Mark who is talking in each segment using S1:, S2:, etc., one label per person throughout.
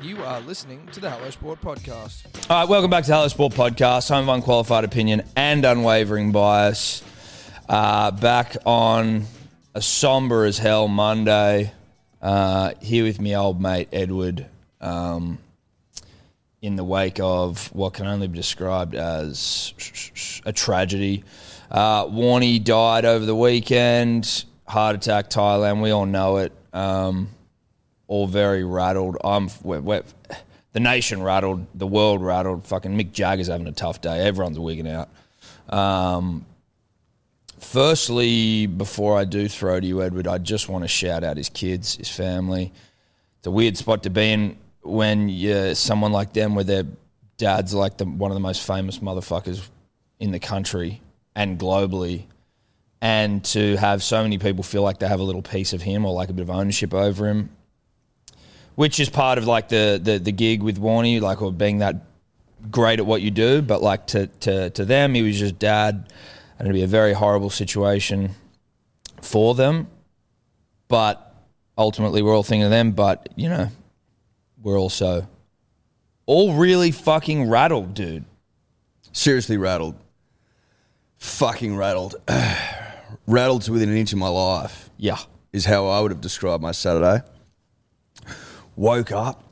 S1: You are listening to the Hello Sport podcast.
S2: All right, welcome back to Hello Sport Podcast, home of unqualified opinion and unwavering bias. Uh, back on a somber as hell Monday. Uh, here with me, old mate Edward, um, in the wake of what can only be described as a tragedy. Uh, Warney died over the weekend, heart attack, Thailand. We all know it. Um, all very rattled. I'm we're, we're, the nation rattled, the world rattled. Fucking Mick Jagger's having a tough day. Everyone's wigging out. Um, firstly, before I do throw to you, Edward, I just want to shout out his kids, his family. It's a weird spot to be in when you someone like them, where their dad's like the, one of the most famous motherfuckers in the country and globally and to have so many people feel like they have a little piece of him or like a bit of ownership over him, which is part of like the the, the gig with Warney, like or being that great at what you do. But like to to to them, he was just dad, and it'd be a very horrible situation for them. But ultimately, we're all thinking of them. But you know, we're also all really fucking rattled, dude.
S3: Seriously rattled. Fucking rattled. rattled to within an inch of my life
S2: Yeah,
S3: is how I would have described my Saturday. Woke up.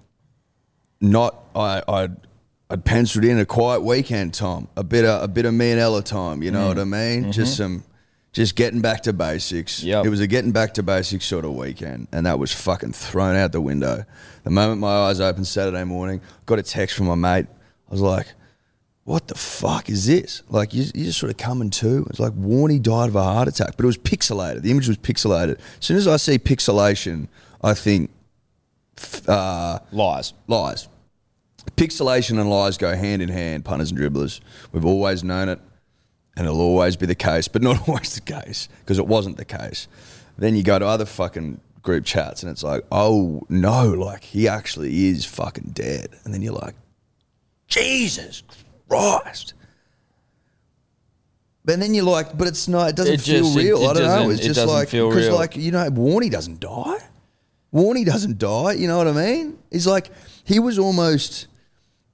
S3: Not I I I'd penciled in a quiet weekend time. A bit of a bit of me and Ella time, you know what I mean? Just some just getting back to basics.
S2: Yep.
S3: It was a getting back to basics sort of weekend, and that was fucking thrown out the window. The moment my eyes opened Saturday morning, got a text from my mate. I was like, what the fuck is this? Like, you, you just sort of coming to. It's like Warney died of a heart attack, but it was pixelated. The image was pixelated. As soon as I see pixelation, I think f- uh,
S2: lies.
S3: lies. Pixelation and lies go hand in hand, punters and dribblers. We've always known it, and it'll always be the case, but not always the case, because it wasn't the case. Then you go to other fucking group chats, and it's like, oh no, like he actually is fucking dead. And then you're like, Jesus Christ. But then you're like, but it's not, it doesn't
S2: It
S3: feel
S2: just- it-
S3: real. I
S2: it
S3: don't know.
S2: doesn't-
S3: It's
S2: it
S3: just
S2: doesn't
S3: like,
S2: feel
S3: because
S2: real.
S3: like, you know, Warney doesn't die. Warney doesn't die. You know what I mean? He's like, he was almost,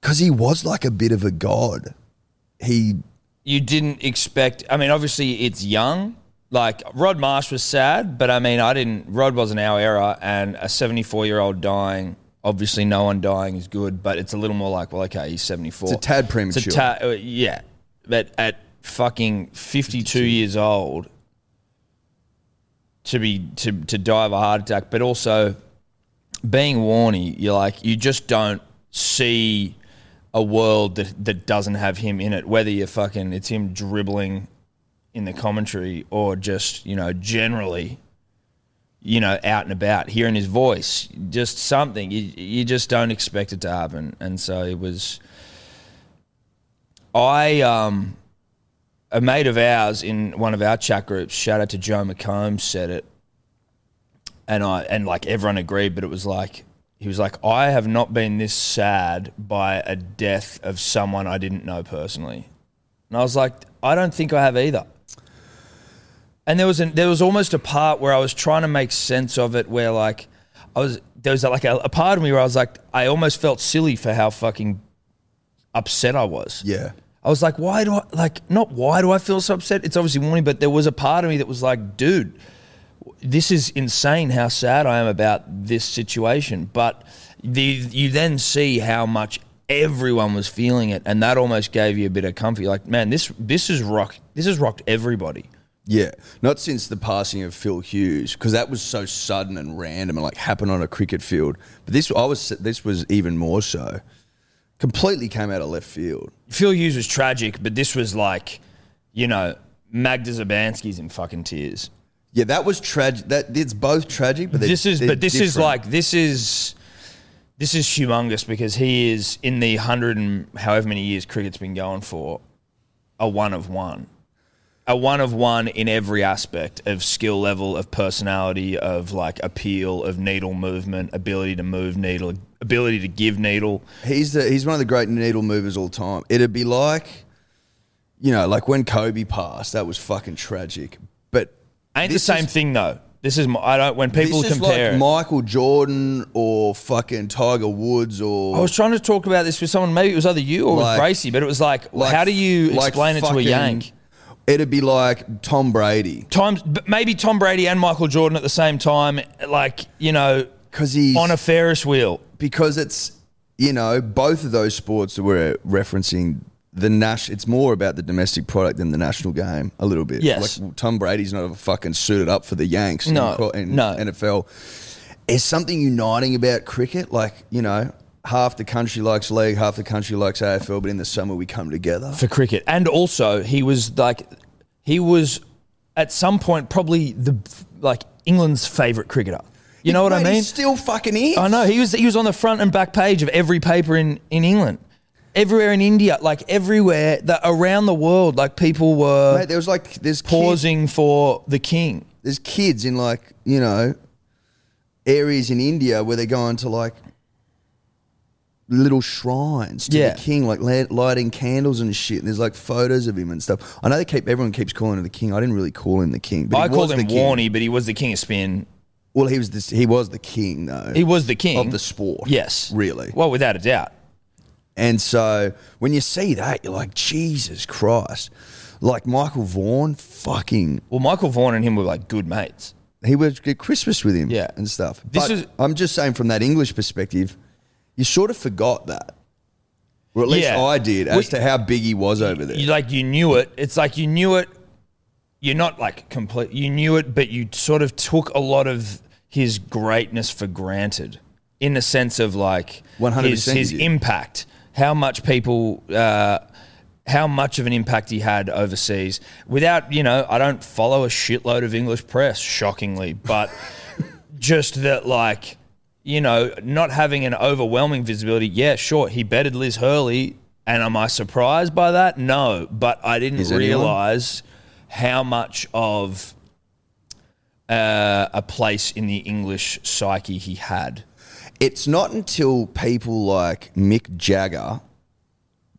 S3: because he was like a bit of a god. He,
S2: you didn't expect. I mean, obviously it's young. Like Rod Marsh was sad, but I mean, I didn't. Rod wasn't our era, and a 74 year old dying. Obviously, no one dying is good, but it's a little more like, well, okay, he's 74.
S3: It's a tad premature.
S2: ta- uh, yeah, but at fucking 52 years old, to be to to die of a heart attack, but also being Warney, you're like you just don't see a world that that doesn't have him in it. Whether you're fucking it's him dribbling in the commentary or just you know generally, you know out and about, hearing his voice, just something you you just don't expect it to happen, and so it was. I um a mate of ours in one of our chat groups, shout out to Joe McComb, said it, and I and like everyone agreed, but it was like he was like, I have not been this sad by a death of someone I didn't know personally, and I was like, I don't think I have either. And there was an, there was almost a part where I was trying to make sense of it, where like I was there was like a, a part of me where I was like, I almost felt silly for how fucking upset I was.
S3: yeah.
S2: I was like, why do I like not why do I feel so upset? It's obviously warning, but there was a part of me that was like, dude, this is insane how sad I am about this situation. But the you then see how much everyone was feeling it, and that almost gave you a bit of comfort. You're like, man, this this is rock this has rocked everybody.
S3: Yeah, not since the passing of Phil Hughes because that was so sudden and random and like happened on a cricket field. But this, I was this was even more so. Completely came out of left field.
S2: Phil Hughes was tragic, but this was like, you know, Magda Zabansky's in fucking tears.
S3: Yeah, that was tragic. That it's both tragic, but they're-
S2: this is
S3: they're
S2: but this is
S3: different.
S2: like this is this is humongous because he is in the hundred and however many years cricket's been going for a one of one a one of one in every aspect of skill level of personality of like appeal of needle movement ability to move needle ability to give needle
S3: he's the he's one of the great needle movers all time. It'd be like, you know, like when Kobe passed. That was fucking tragic. But
S2: ain't
S3: this
S2: the same
S3: is-
S2: thing though This is my, I don't when people
S3: this is
S2: compare. it-
S3: like Michael Jordan or fucking Tiger Woods or
S2: I was trying to talk about this with someone. Maybe it was either you or
S3: Like-
S2: with Gracie, but it was like,
S3: like-
S2: how do you
S3: like
S2: explain it to a
S3: fucking-
S2: Yank?
S3: It'd be like Tom Brady
S2: Times, but maybe Tom Brady and Michael Jordan at the same time, like you know,
S3: because he's
S2: on a Ferris wheel.
S3: because it's you know both of those sports that we're referencing the Nash. It's more about the domestic product than the national game a little bit.
S2: Yes.
S3: like Tom Brady's not fucking suited up for the Yanks. in
S2: No,
S3: cro- in
S2: no.
S3: NFL. Is something uniting about cricket? Like you know, half the country likes league, half the country likes AFL, but in the summer we come together.
S2: for cricket. And also, he was like, he was at some point probably the like England's favourite cricketer. You know what I
S3: Mate, he
S2: mean?
S3: still fucking is.
S2: I know he was he was on the front and back page of every paper in in England, everywhere in India, like everywhere that around the world, like people were
S3: Mate, there was like there's kids,
S2: pausing for the king.
S3: there's kids in like you know areas in India where they're going to like little shrines to
S2: Yeah.
S3: the king, like la- lighting candles and shit. And there's like photos of him and stuff. I know they keep everyone keeps calling him the king. I didn't really call him the king, but
S2: I
S3: he was
S2: called him
S3: the king.
S2: Warney, but he was the king of spin.
S3: Well, he was this, he was the king though
S2: He was the king
S3: of the sport.
S2: Yes,
S3: really.
S2: Well, without a doubt.
S3: And so when you see that, you're like Jesus Christ. Like Michael Vaughan, fucking
S2: Well, Michael Vaughan and him were like good mates.
S3: he was at Christmas with him
S2: Yeah.
S3: and stuff.
S2: This
S3: but
S2: is-
S3: I'm just saying from that English perspective, you sort of forgot that. Or at least
S2: Yeah.
S3: I did as
S2: We-
S3: to how big he was over there.
S2: you like you knew it. It's like you knew it. You're not like complete. You knew it, but you sort of took a lot of his greatness for granted, in the sense of like
S3: 100%
S2: his,
S3: you
S2: his
S3: did.
S2: impact, how much people, uh, how much of an impact he had overseas. Without you know, I don't follow a shitload of English press, shockingly, but just that like. You know, not having an overwhelming visibility. Yeah, sure, he betted Liz Hurley, and am I surprised by that? No, but I didn't
S3: Is anyone?
S2: realize how much of uh, a place in the English psyche he had.
S3: It's not until people like Mick Jagger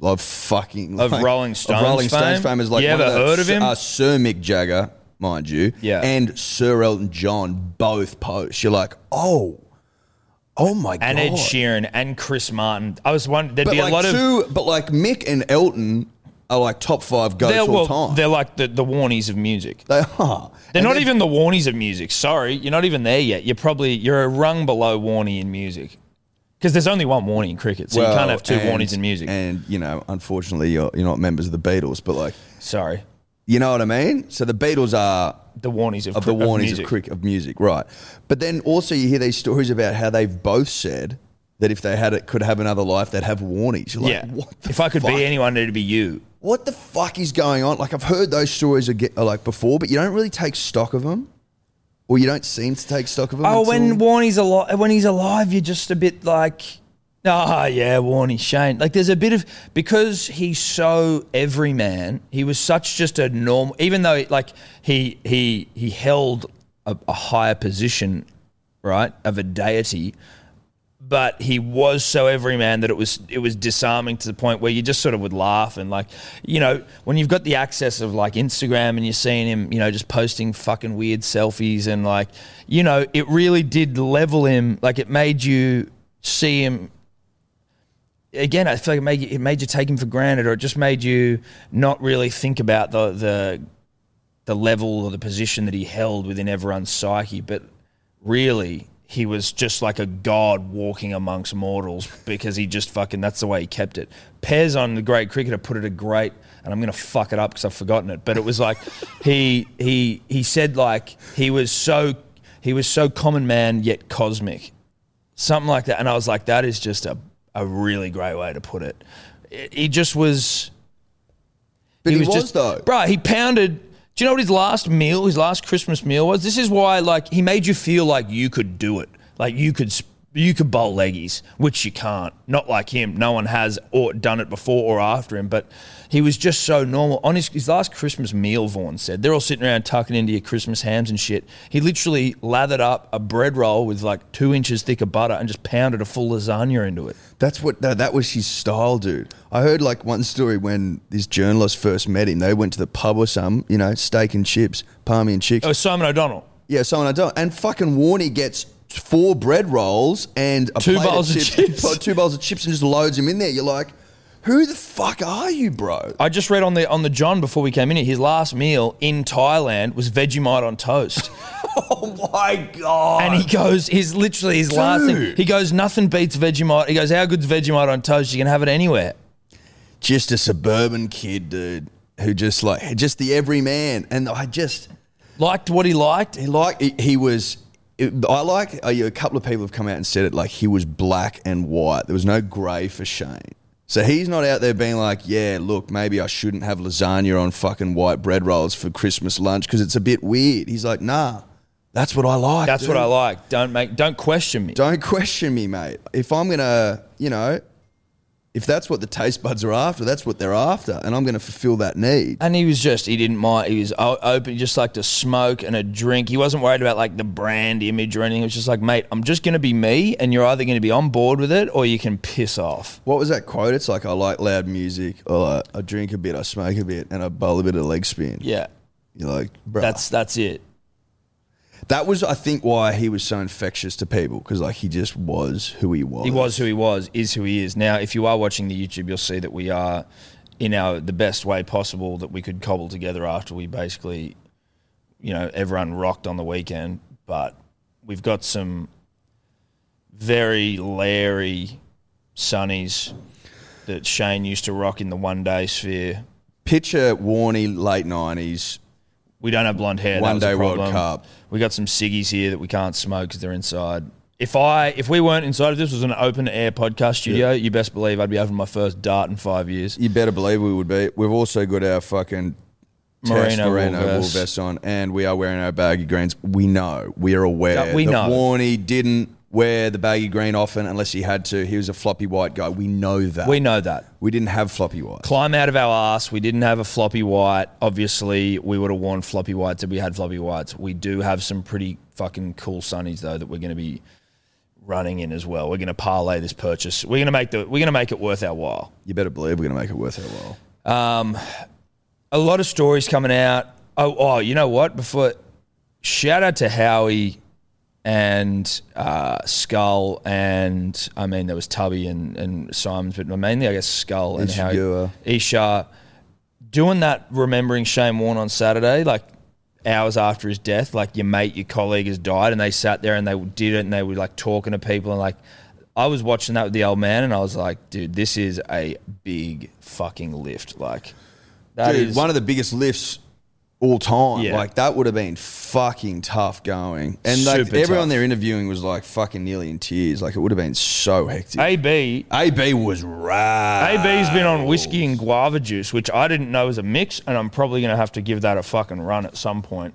S3: of fucking
S2: Of
S3: like-
S2: Rolling Stones
S3: Rolling Stones
S2: fame?
S3: fame is like
S2: You
S3: one
S2: ever
S3: the-
S2: heard of him?
S3: Uh, Sir Mick Jagger, mind you,
S2: Yeah.
S3: and Sir Elton John both post. You're like, oh, oh my
S2: And
S3: god,
S2: Ed Sheeran and Chris Martin. I was wondering, there'd
S3: but
S2: be
S3: like
S2: a lot of.
S3: two, but like Mick and Elton are like top five goats
S2: They're,
S3: all
S2: well,
S3: time.
S2: they're like the, the warnies of music.
S3: They are.
S2: They're
S3: And
S2: not even the warnies of music. Sorry, you're not even there yet. You're probably you're a rung below warnie in music, because there's only one warnie in cricket, so you
S3: well,
S2: can't have two
S3: and-
S2: warnies in music.
S3: And you know, unfortunately, you're you're not members of the Beatles, but like,
S2: Sorry,
S3: you know what I mean. So the Beatles are
S2: the warnies of,
S3: of
S2: cri-
S3: the warnings of,
S2: music.
S3: cricket of music, right? But then also you hear these stories about how they've both said that if they had it, could have another life, they'd have warnings. You're like,
S2: yeah.
S3: what? The
S2: If I could
S3: fuck?
S2: be anyone, it'd be you.
S3: what the fuck is going on? Like I've heard those stories are get, are like before, but you don't really take stock of them, or you don't seem to take stock of them.
S2: Oh,
S3: until-
S2: when Warnie's alive, when he's alive, you're just a bit like, ah, yeah, Warnie Shane. Like, there's a bit of because he's so everyman. He was such just a normal, even though like he he he held a, a higher position, right, of a deity. But he was so everyman that it was it was disarming to the point where you just sort of would laugh and like you know when you've got the access of like Instagram and you're seeing him you know just posting fucking weird selfies and like you know it really did level him like it made you see him again I feel like it made you, it made you take him for granted or it just made you not really think about the the the level or the position that he held within everyone's psyche, but really he was just like a god walking amongst mortals because he just fucking that's the way he kept it. Pez on the great cricketer put it a great, and I'm gonna fuck it up because I've forgotten it, but it was like he he he said like he was so he was so common man yet cosmic, something like that, and I was like that is just a a really great way to put it. It- He just was
S3: but he, was,
S2: just,
S3: though.
S2: Bro, he pounded. Do you know what his last meal, his last Christmas meal was? This is why, like, he made you feel like you could do it, like you could, sp- you could bowl leggies, which you can't. Not like him. No one has or done it before or after him. But he was just so normal. On his, his last Christmas meal, Vaughn said they're all sitting around tucking into your Christmas hams and shit. He literally lathered up a bread roll with like two inches thick of butter and just pounded a full lasagna into it.
S3: That's what that, that was his style, dude. I heard like one story when this journalist first met him. They went to the pub or some, you know, steak and chips, palmy and chips.
S2: Oh, Simon O'Donnell.
S3: Yeah, someone I don't. And fucking Warney gets four bread rolls and a
S2: Two
S3: plate
S2: bowls of chips.
S3: two bowls of chips, and just loads them in there. You're like, who the fuck are you, bro?
S2: I just read on the on the John before we came in here. His last meal in Thailand was Vegemite on toast,
S3: Oh my god!
S2: and he goes, "His literally his last thing."
S3: Dude.
S2: He goes, "Nothing beats Vegemite." He goes, "How good's Vegemite on toast? You can have it anywhere."
S3: just a suburban kid, dude, who just like just the everyman, and I just.
S2: Liked what he liked.
S3: He like he, he was. it- I like uh, yeah, a couple of people have come out and said it like he was black and white. There was no grey for Shane. So he's not out there being like, yeah, look, maybe I shouldn't have lasagna on fucking white bread rolls for Christmas lunch because it's a bit weird. He's like, nah, that's what I like.
S2: That's what
S3: dude.
S2: I like. Don't make, don't question me.
S3: Don't question me, mate. If I'm gonna, you know, if that's what the taste buds are after, that's what they're after, and I'm gonna fulfill that need.
S2: And he was just, he didn't mind. He was o- open, he just like to smoke and a drink. He wasn't worried about like the brand image or anything. It was just like, mate, I'm just going to be me and you're either going to be on board with it or you can piss off.
S3: What was that quote? It's like I like loud music, or like, I drink a bit, I smoke a bit, and I bowl a bit of leg spin.
S2: Yeah.
S3: You're like, bro.
S2: That's, that's it.
S3: that was, I think, why he was so infectious to people because like he just was who he was.
S2: He was who he was, is who he is. Now, if you are watching the YouTube, you'll see that we are in our, the best way possible that we could cobble together after we basically, you know, everyone rocked on the weekend, but we've got some very Larry sunnies that Shane used to rock in the one day sphere.
S3: Picture Warney late nineties.
S2: We don't have blonde hair. that
S3: One
S2: was a
S3: day World
S2: problem.
S3: Cup.
S2: We got some ciggies here that we can't smoke because they're inside. If I if we weren't inside, if this was an open air podcast studio, you best believe I'd be having my first dart in five years.
S3: You better believe we would be. We've also got our fucking test
S2: Merino wool
S3: Merino wool
S2: vest.
S3: vest on, and we are wearing our baggy greens. We know. We are aware.
S2: Yeah, we
S3: that
S2: know.
S3: Warney didn't wear the baggy green often unless he had to. He was a floppy white guy. We know that.
S2: We know that.
S3: we didn't have floppy white.
S2: Climb out of our ass. We didn't have a floppy white. Obviously, we would have worn floppy whites if we had floppy whites. We do have some pretty fucking cool sunnies though that we're going to be running in as well. We're going to parlay this purchase. We're going to make the we're going to make it worth our while.
S3: You better believe we're gonna make it worth our while.
S2: Um, a lot of stories coming out. Oh, oh, you know what? Before, shout out to Howie and uh, Skull, and I mean there was Tubby and, and Simons, but mainly I guess Skull and
S3: Ishiguro.
S2: Howie, Isha, doing that. Remembering Shane Warne on Saturday, like hours after his death, like your mate, your colleague has died, and they sat there and they did it, and they were like talking to people and like. I was watching that with the old man, and I was like, "Dude, this is a big fucking lift." Like, that is
S3: Dude, one of the biggest lifts all time.
S2: Yeah.
S3: Like that would have been fucking tough going. And like
S2: Super
S3: everyone
S2: tough.
S3: they're interviewing was like fucking nearly in tears. Like it would have been so hectic.
S2: AB.
S3: AB was rad.
S2: AB's been on whiskey and guava juice, which I didn't know was a mix, and I'm probably going to have to give that a fucking run at some point.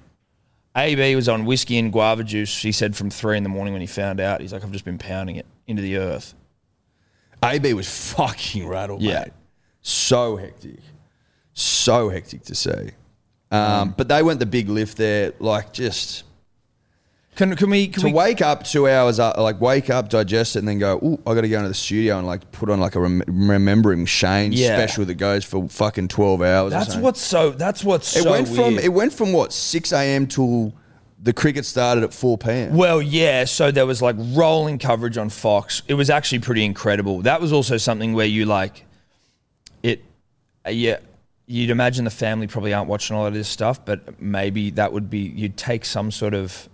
S2: AB was on whiskey and guava juice, he said, from three in the morning when he found out. He's like, I've just been pounding it into the earth.
S3: AB was fucking rattled.
S2: Yeah.
S3: mate. so hectic, so hectic to see.
S2: Mm.
S3: Um, But they went the big lift there. Like just
S2: Can, can we. Can
S3: to
S2: we
S3: wake up two hours up, like wake up, digest it, and then go. Ooh, I got to go into the studio and like put on like a rem- remembering Shane
S2: Yeah.
S3: special that goes for fucking twelve hours. or
S2: that's
S3: something.
S2: what's so. That's what's
S3: it
S2: so
S3: went
S2: weird.
S3: from. It went from what six a.m. till the cricket started at four p.m.
S2: Well, yeah. So there was like rolling coverage on Fox. It was actually pretty incredible. That was also something where you like it. uh, Yeah, you'd imagine the family probably aren't watching a lot of this stuff, but maybe that would be you'd take some sort of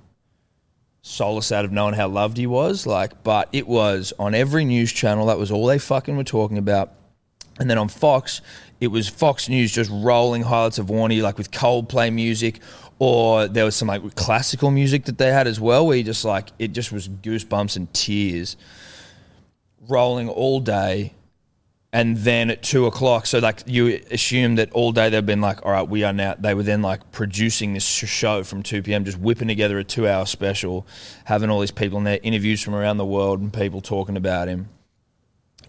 S2: solace out of knowing how loved he was. Like, but it was on every news channel. That was all they fucking were talking about. And then on Fox, it was Fox News just rolling highlights of Warney, like with Coldplay music, or there was some like classical music that they had as well, where you just like it just was goosebumps and tears rolling all day. And then at two o'clock, so like you assume that all day they've been like, all right, we are now. They were then like producing this sh- show from two p.m., just whipping together a two-hour special, having all these people in there, interviews from around the world, and people talking about him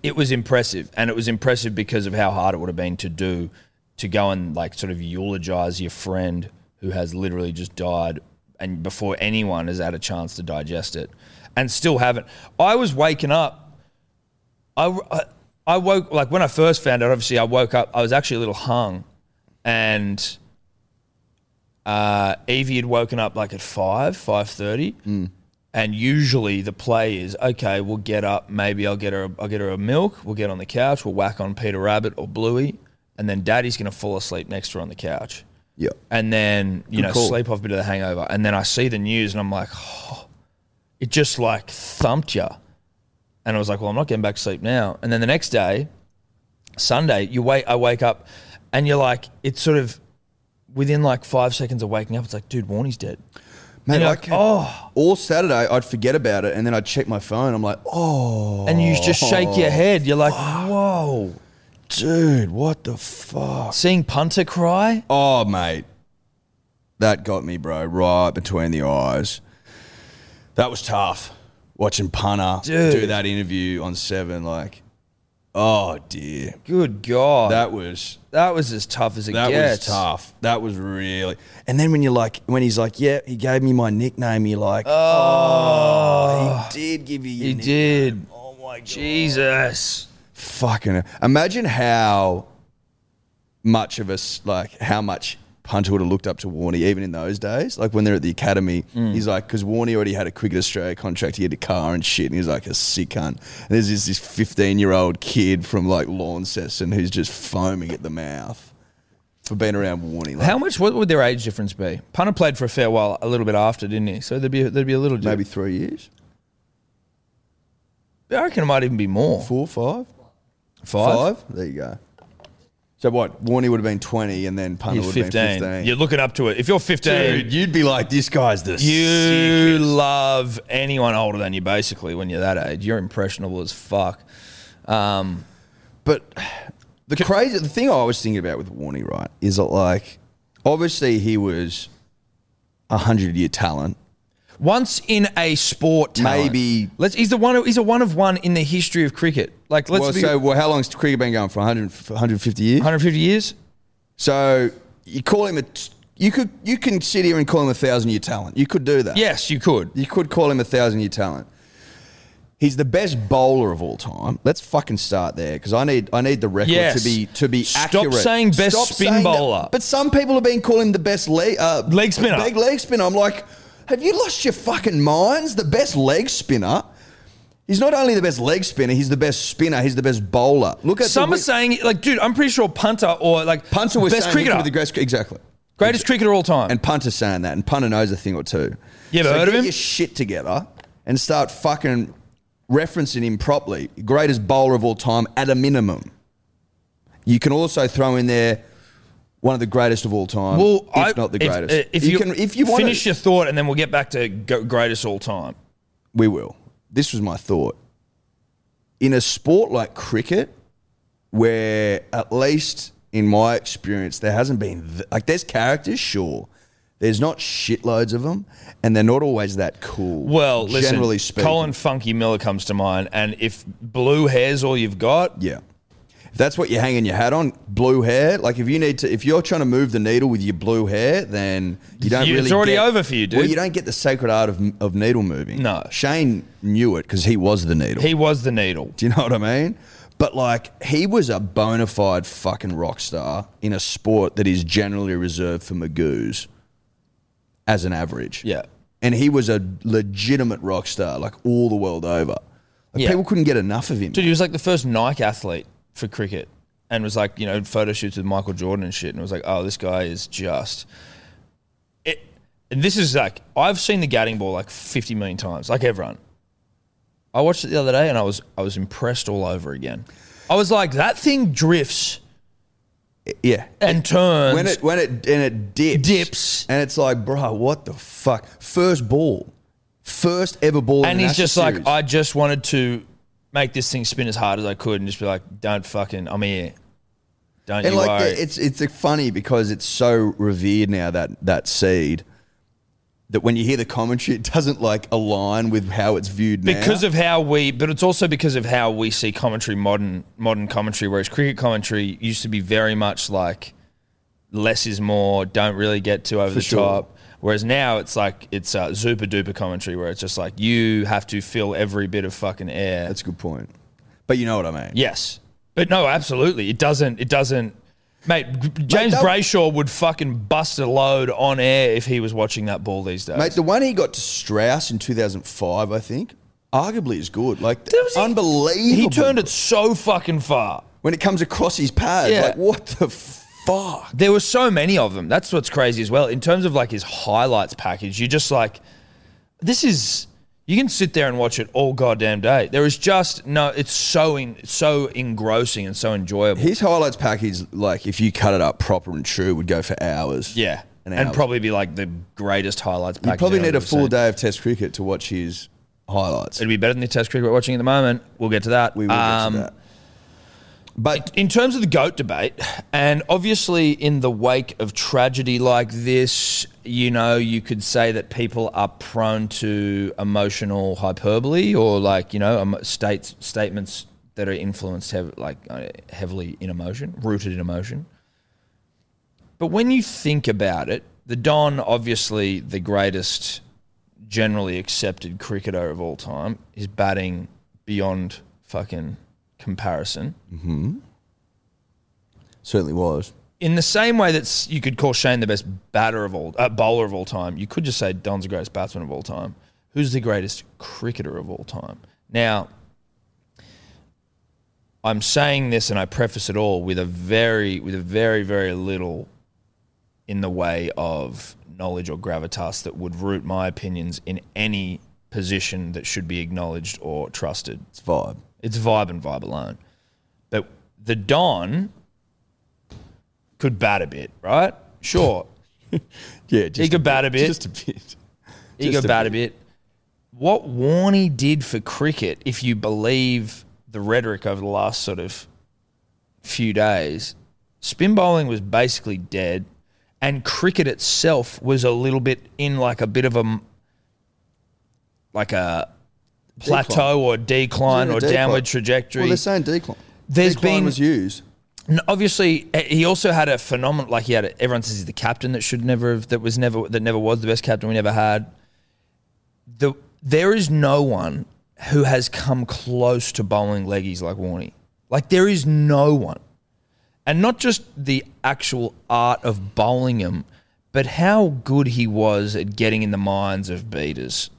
S2: it was impressive, and it was impressive because of how hard it would have been to do to go and like sort of eulogize your friend who has literally just died, and before anyone has had a chance to digest it, and still haven't. I was waking up, I, I, I woke like when I first found out. Obviously, I woke up. I was actually a little hung, and uh, Evie had woken up like at five, five thirty, and usually the play is okay. We'll get up. Maybe I'll get her. I'll get her a milk. We'll get on the couch. We'll whack on Peter Rabbit or Bluey, and then Daddy's gonna fall asleep next to her on the couch.
S3: Yeah.
S2: And then you
S3: Good
S2: know
S3: call.
S2: sleep off a bit of the hangover, and then I see the news, and I'm like, "Oh." it just like thumped you. And I was like, well, I'm not getting back to sleep now. And then the next day, Sunday, you wait. I wake up, and you're like, it's sort of within like five seconds of waking up. It's like, dude, Warnie's dead.
S3: Man,
S2: And you're
S3: I
S2: like,
S3: can-
S2: oh.
S3: All Saturday, I'd forget about it, and then I'd check my phone. I'm like, oh.
S2: And you just shake your head. You're like, whoa.
S3: Dude, what the fuck?
S2: Seeing punter cry.
S3: Oh, mate. That got me, bro, right between the eyes. That was tough. Watching Punter
S2: Dude.
S3: do that interview on Seven, like, oh, dear.
S2: Good God. That,
S3: That was
S2: was as tough as it
S3: That
S2: gets.
S3: was tough. That was really. And then when you're like, when he's like, yeah, he gave me my nickname. You're like, oh, he did give you. Your
S2: Oh. He
S3: nick-
S2: did.
S3: Oh my god.
S2: Jesus.
S3: Fucking. Imagine how much of us like how much Punter would have looked up to Warney even in those days. Like when they're at the academy,
S2: Mm.
S3: he's like, because Warney already had a Cricket Australia contract. He had a car and shit, and he's like a sick cunt. And there's this this 15 year old kid from like Launceston who's just foaming at the mouth for being around Warney. Like,
S2: How much? What would their age difference be? Punter played for a fair while, a little bit after, didn't he? So there'd be there'd be a little.
S3: maybe three years,
S2: I reckon it might even be more.
S3: four, five,
S2: Five.
S3: There you go. So what? Warney would have been twenty, and then Punter
S2: He's
S3: would have
S2: 15.
S3: been fifteen.
S2: You're looking up to it. If you're 15,
S3: Dude, you'd be like, this guy's the
S2: you
S3: sickest.
S2: love anyone older than you, basically, when you're that age. You're impressionable as fuck. Um,
S3: But the crazy, the thing I was thinking about with Warney, right, is that like, obviously he was a hundred year talent.
S2: once in a sport, talent.
S3: Maybe-
S2: Let's, he's, the one, he's a one of one in the history of cricket. Like, let's
S3: well,
S2: be
S3: so well, how long's cricket been going for 100, 150 years?
S2: 150 years.
S3: So you call him a, t- you could, you can sit here and call him a thousand year talent. You could do that.
S2: Yes, you could.
S3: You could call him a thousand year talent. He's the best bowler of all time. Let's fucking start there because I need I need the record
S2: Yes.
S3: to be to be
S2: Stop
S3: accurate.
S2: saying best spin
S3: that-
S2: bowler.
S3: but some people have been calling him the best leg uh,
S2: Leg spinner.
S3: Leg leg spinner. I'm like, have you lost your fucking minds? The best leg spinner. He's not only the best leg spinner. He's the best spinner. He's the best bowler. Look at
S2: Some
S3: the,
S2: are saying, like, dude, I'm pretty sure punter or like
S3: punter was
S2: best
S3: saying he could
S2: cricketer,
S3: be the greatest exactly.
S2: greatest cricketer of all time.
S3: And punter's saying that, and punter knows a thing or two.
S2: You ever
S3: so
S2: heard of
S3: get
S2: him?
S3: Your shit together and start fucking referencing him properly. Greatest bowler of all time, at a minimum. You can also throw in there one of the greatest of all time,
S2: well,
S3: if
S2: I-
S3: not the greatest.
S2: If, if you,
S3: can, if you want,
S2: finish
S3: to,
S2: your thought, and then we'll get back to go- greatest all time.
S3: we will. This was my thought. In a sport like cricket, where at least in my experience there hasn't been th- like there's characters sure there's not shitloads of them and they're not always that cool
S2: Well, listen,
S3: generally speaking
S2: Colin Funky Miller comes to mind, and if blue hair's all you've got,
S3: yeah if that's what you're hanging your hat on blue hair like if you need to if you're trying to move the needle with your blue hair then you don't
S2: You- it's
S3: really
S2: already
S3: get-
S2: over for you, dude.
S3: well you don't get the sacred art of, of needle moving
S2: No.
S3: Shane knew it because he was the needle
S2: he was the needle.
S3: Do you know what I mean? But like, he was a bona fide fucking rock star in a sport that is generally reserved for magoos as an average.
S2: Yeah.
S3: And he was a legitimate rock star, like all the world over. Like,
S2: Yeah.
S3: People couldn't get enough of him.
S2: Dude, he was like the first Nike athlete for cricket and was like, you know, photo shoots with Michael Jordan and shit. And it was like, oh, this guy is just. It, and this is like, I've seen the Gadding ball like 50 million times, like everyone. I watched it the other day and I was, I was impressed all over again. I was like, that thing drifts
S3: yeah.
S2: and turns.
S3: When it when it and it dips,
S2: Dips.
S3: and it's like, bro, what the fuck? First ball, first ever ball, in
S2: and
S3: a
S2: he's
S3: national
S2: just
S3: series.
S2: like, I just wanted to make this thing spin as hard as I could, and just be like, don't fucking, I'm here. Don't
S3: And
S2: you
S3: like
S2: worry.
S3: the, it's it's uh, funny because it's so revered now that that seed that when you hear the commentary, it doesn't like align with how it's viewed now.
S2: because of how we, but it's also because of how we see commentary modern modern commentary, whereas cricket commentary used to be very much like less is more. Don't really get too over the
S3: sure.
S2: top. Whereas now it's like it's uh, super duper commentary, where it's just like you have to fill every bit of fucking air.
S3: that's a good point, but you know what I mean.
S2: Yes, but no, absolutely, it doesn't. It doesn't. Mate, G- James
S3: that-
S2: Brayshaw would fucking bust a load on air if he was watching that ball these days.
S3: Mate, the one he got to Strauss in 2005, I think, arguably is good. Like,
S2: was he-
S3: unbelievable.
S2: he turned it so fucking far.
S3: when it comes across his pads.
S2: Yeah.
S3: Like, what the fuck?
S2: There were so many of them. That's what's crazy as well. In terms of like his highlights package, you're just like, this is. You can sit there and watch it all goddamn day. There is just no. It's so in, so engrossing and so enjoyable.
S3: His highlights package, like, if you cut it up proper and true, would go for hours.
S2: yeah,
S3: An
S2: and,
S3: hour.
S2: probably be like the greatest highlights package.
S3: You probably
S2: I've
S3: need a
S2: ever
S3: full
S2: seen.
S3: day of Test cricket to watch his highlights.
S2: It'd be better than the Test cricket we're watching at the moment. We'll get to that.
S3: We will
S2: Um,
S3: get to that. But
S2: In terms of the GOAT debate, and obviously in the wake of tragedy like this, you know, you could say that people are prone to emotional hyperbole or like, you know, um, states, statements that are influenced hev- like uh, heavily in emotion, rooted in emotion. But when you think about it, the Don, obviously the greatest generally accepted cricketer of all time, is batting beyond fucking comparison.
S3: certainly was.
S2: in the same way that s- you could call Shane the best batter of all, uh, bowler of all time, you could just say Don's the greatest batsman of all time. Who's the greatest cricketer of all time? Now, I'm saying this, and I preface it all with a very, with a very, very little in the way of knowledge or gravitas that would root my opinions in any position that should be acknowledged or trusted.
S3: It's vibe.
S2: It's vibe and vibe alone. But the Don could bat a bit, right? Sure.
S3: Yeah,
S2: he
S3: just
S2: could bat a bit.
S3: Just a bit.
S2: he
S3: just
S2: could
S3: a
S2: bat a bit. What Warney did for cricket, if you believe the rhetoric over the last sort of few days, spin bowling was basically dead, and cricket itself was a little bit in like a bit of a m- like a plateau or decline
S3: Yeah,
S2: or
S3: decline.
S2: downward trajectory.
S3: Well, they're saying decline.
S2: There's
S3: decline
S2: been-
S3: was used.
S2: And obviously, eh, he also had a phenomenal. Like he had, a, everyone says he's the captain that should never have, that was never that never was the best captain we never had. The there is no one who has come close to bowling leggies like Warney. Like there is no one, and not just the actual art of bowling him, but how good he was at getting in the minds of beaters,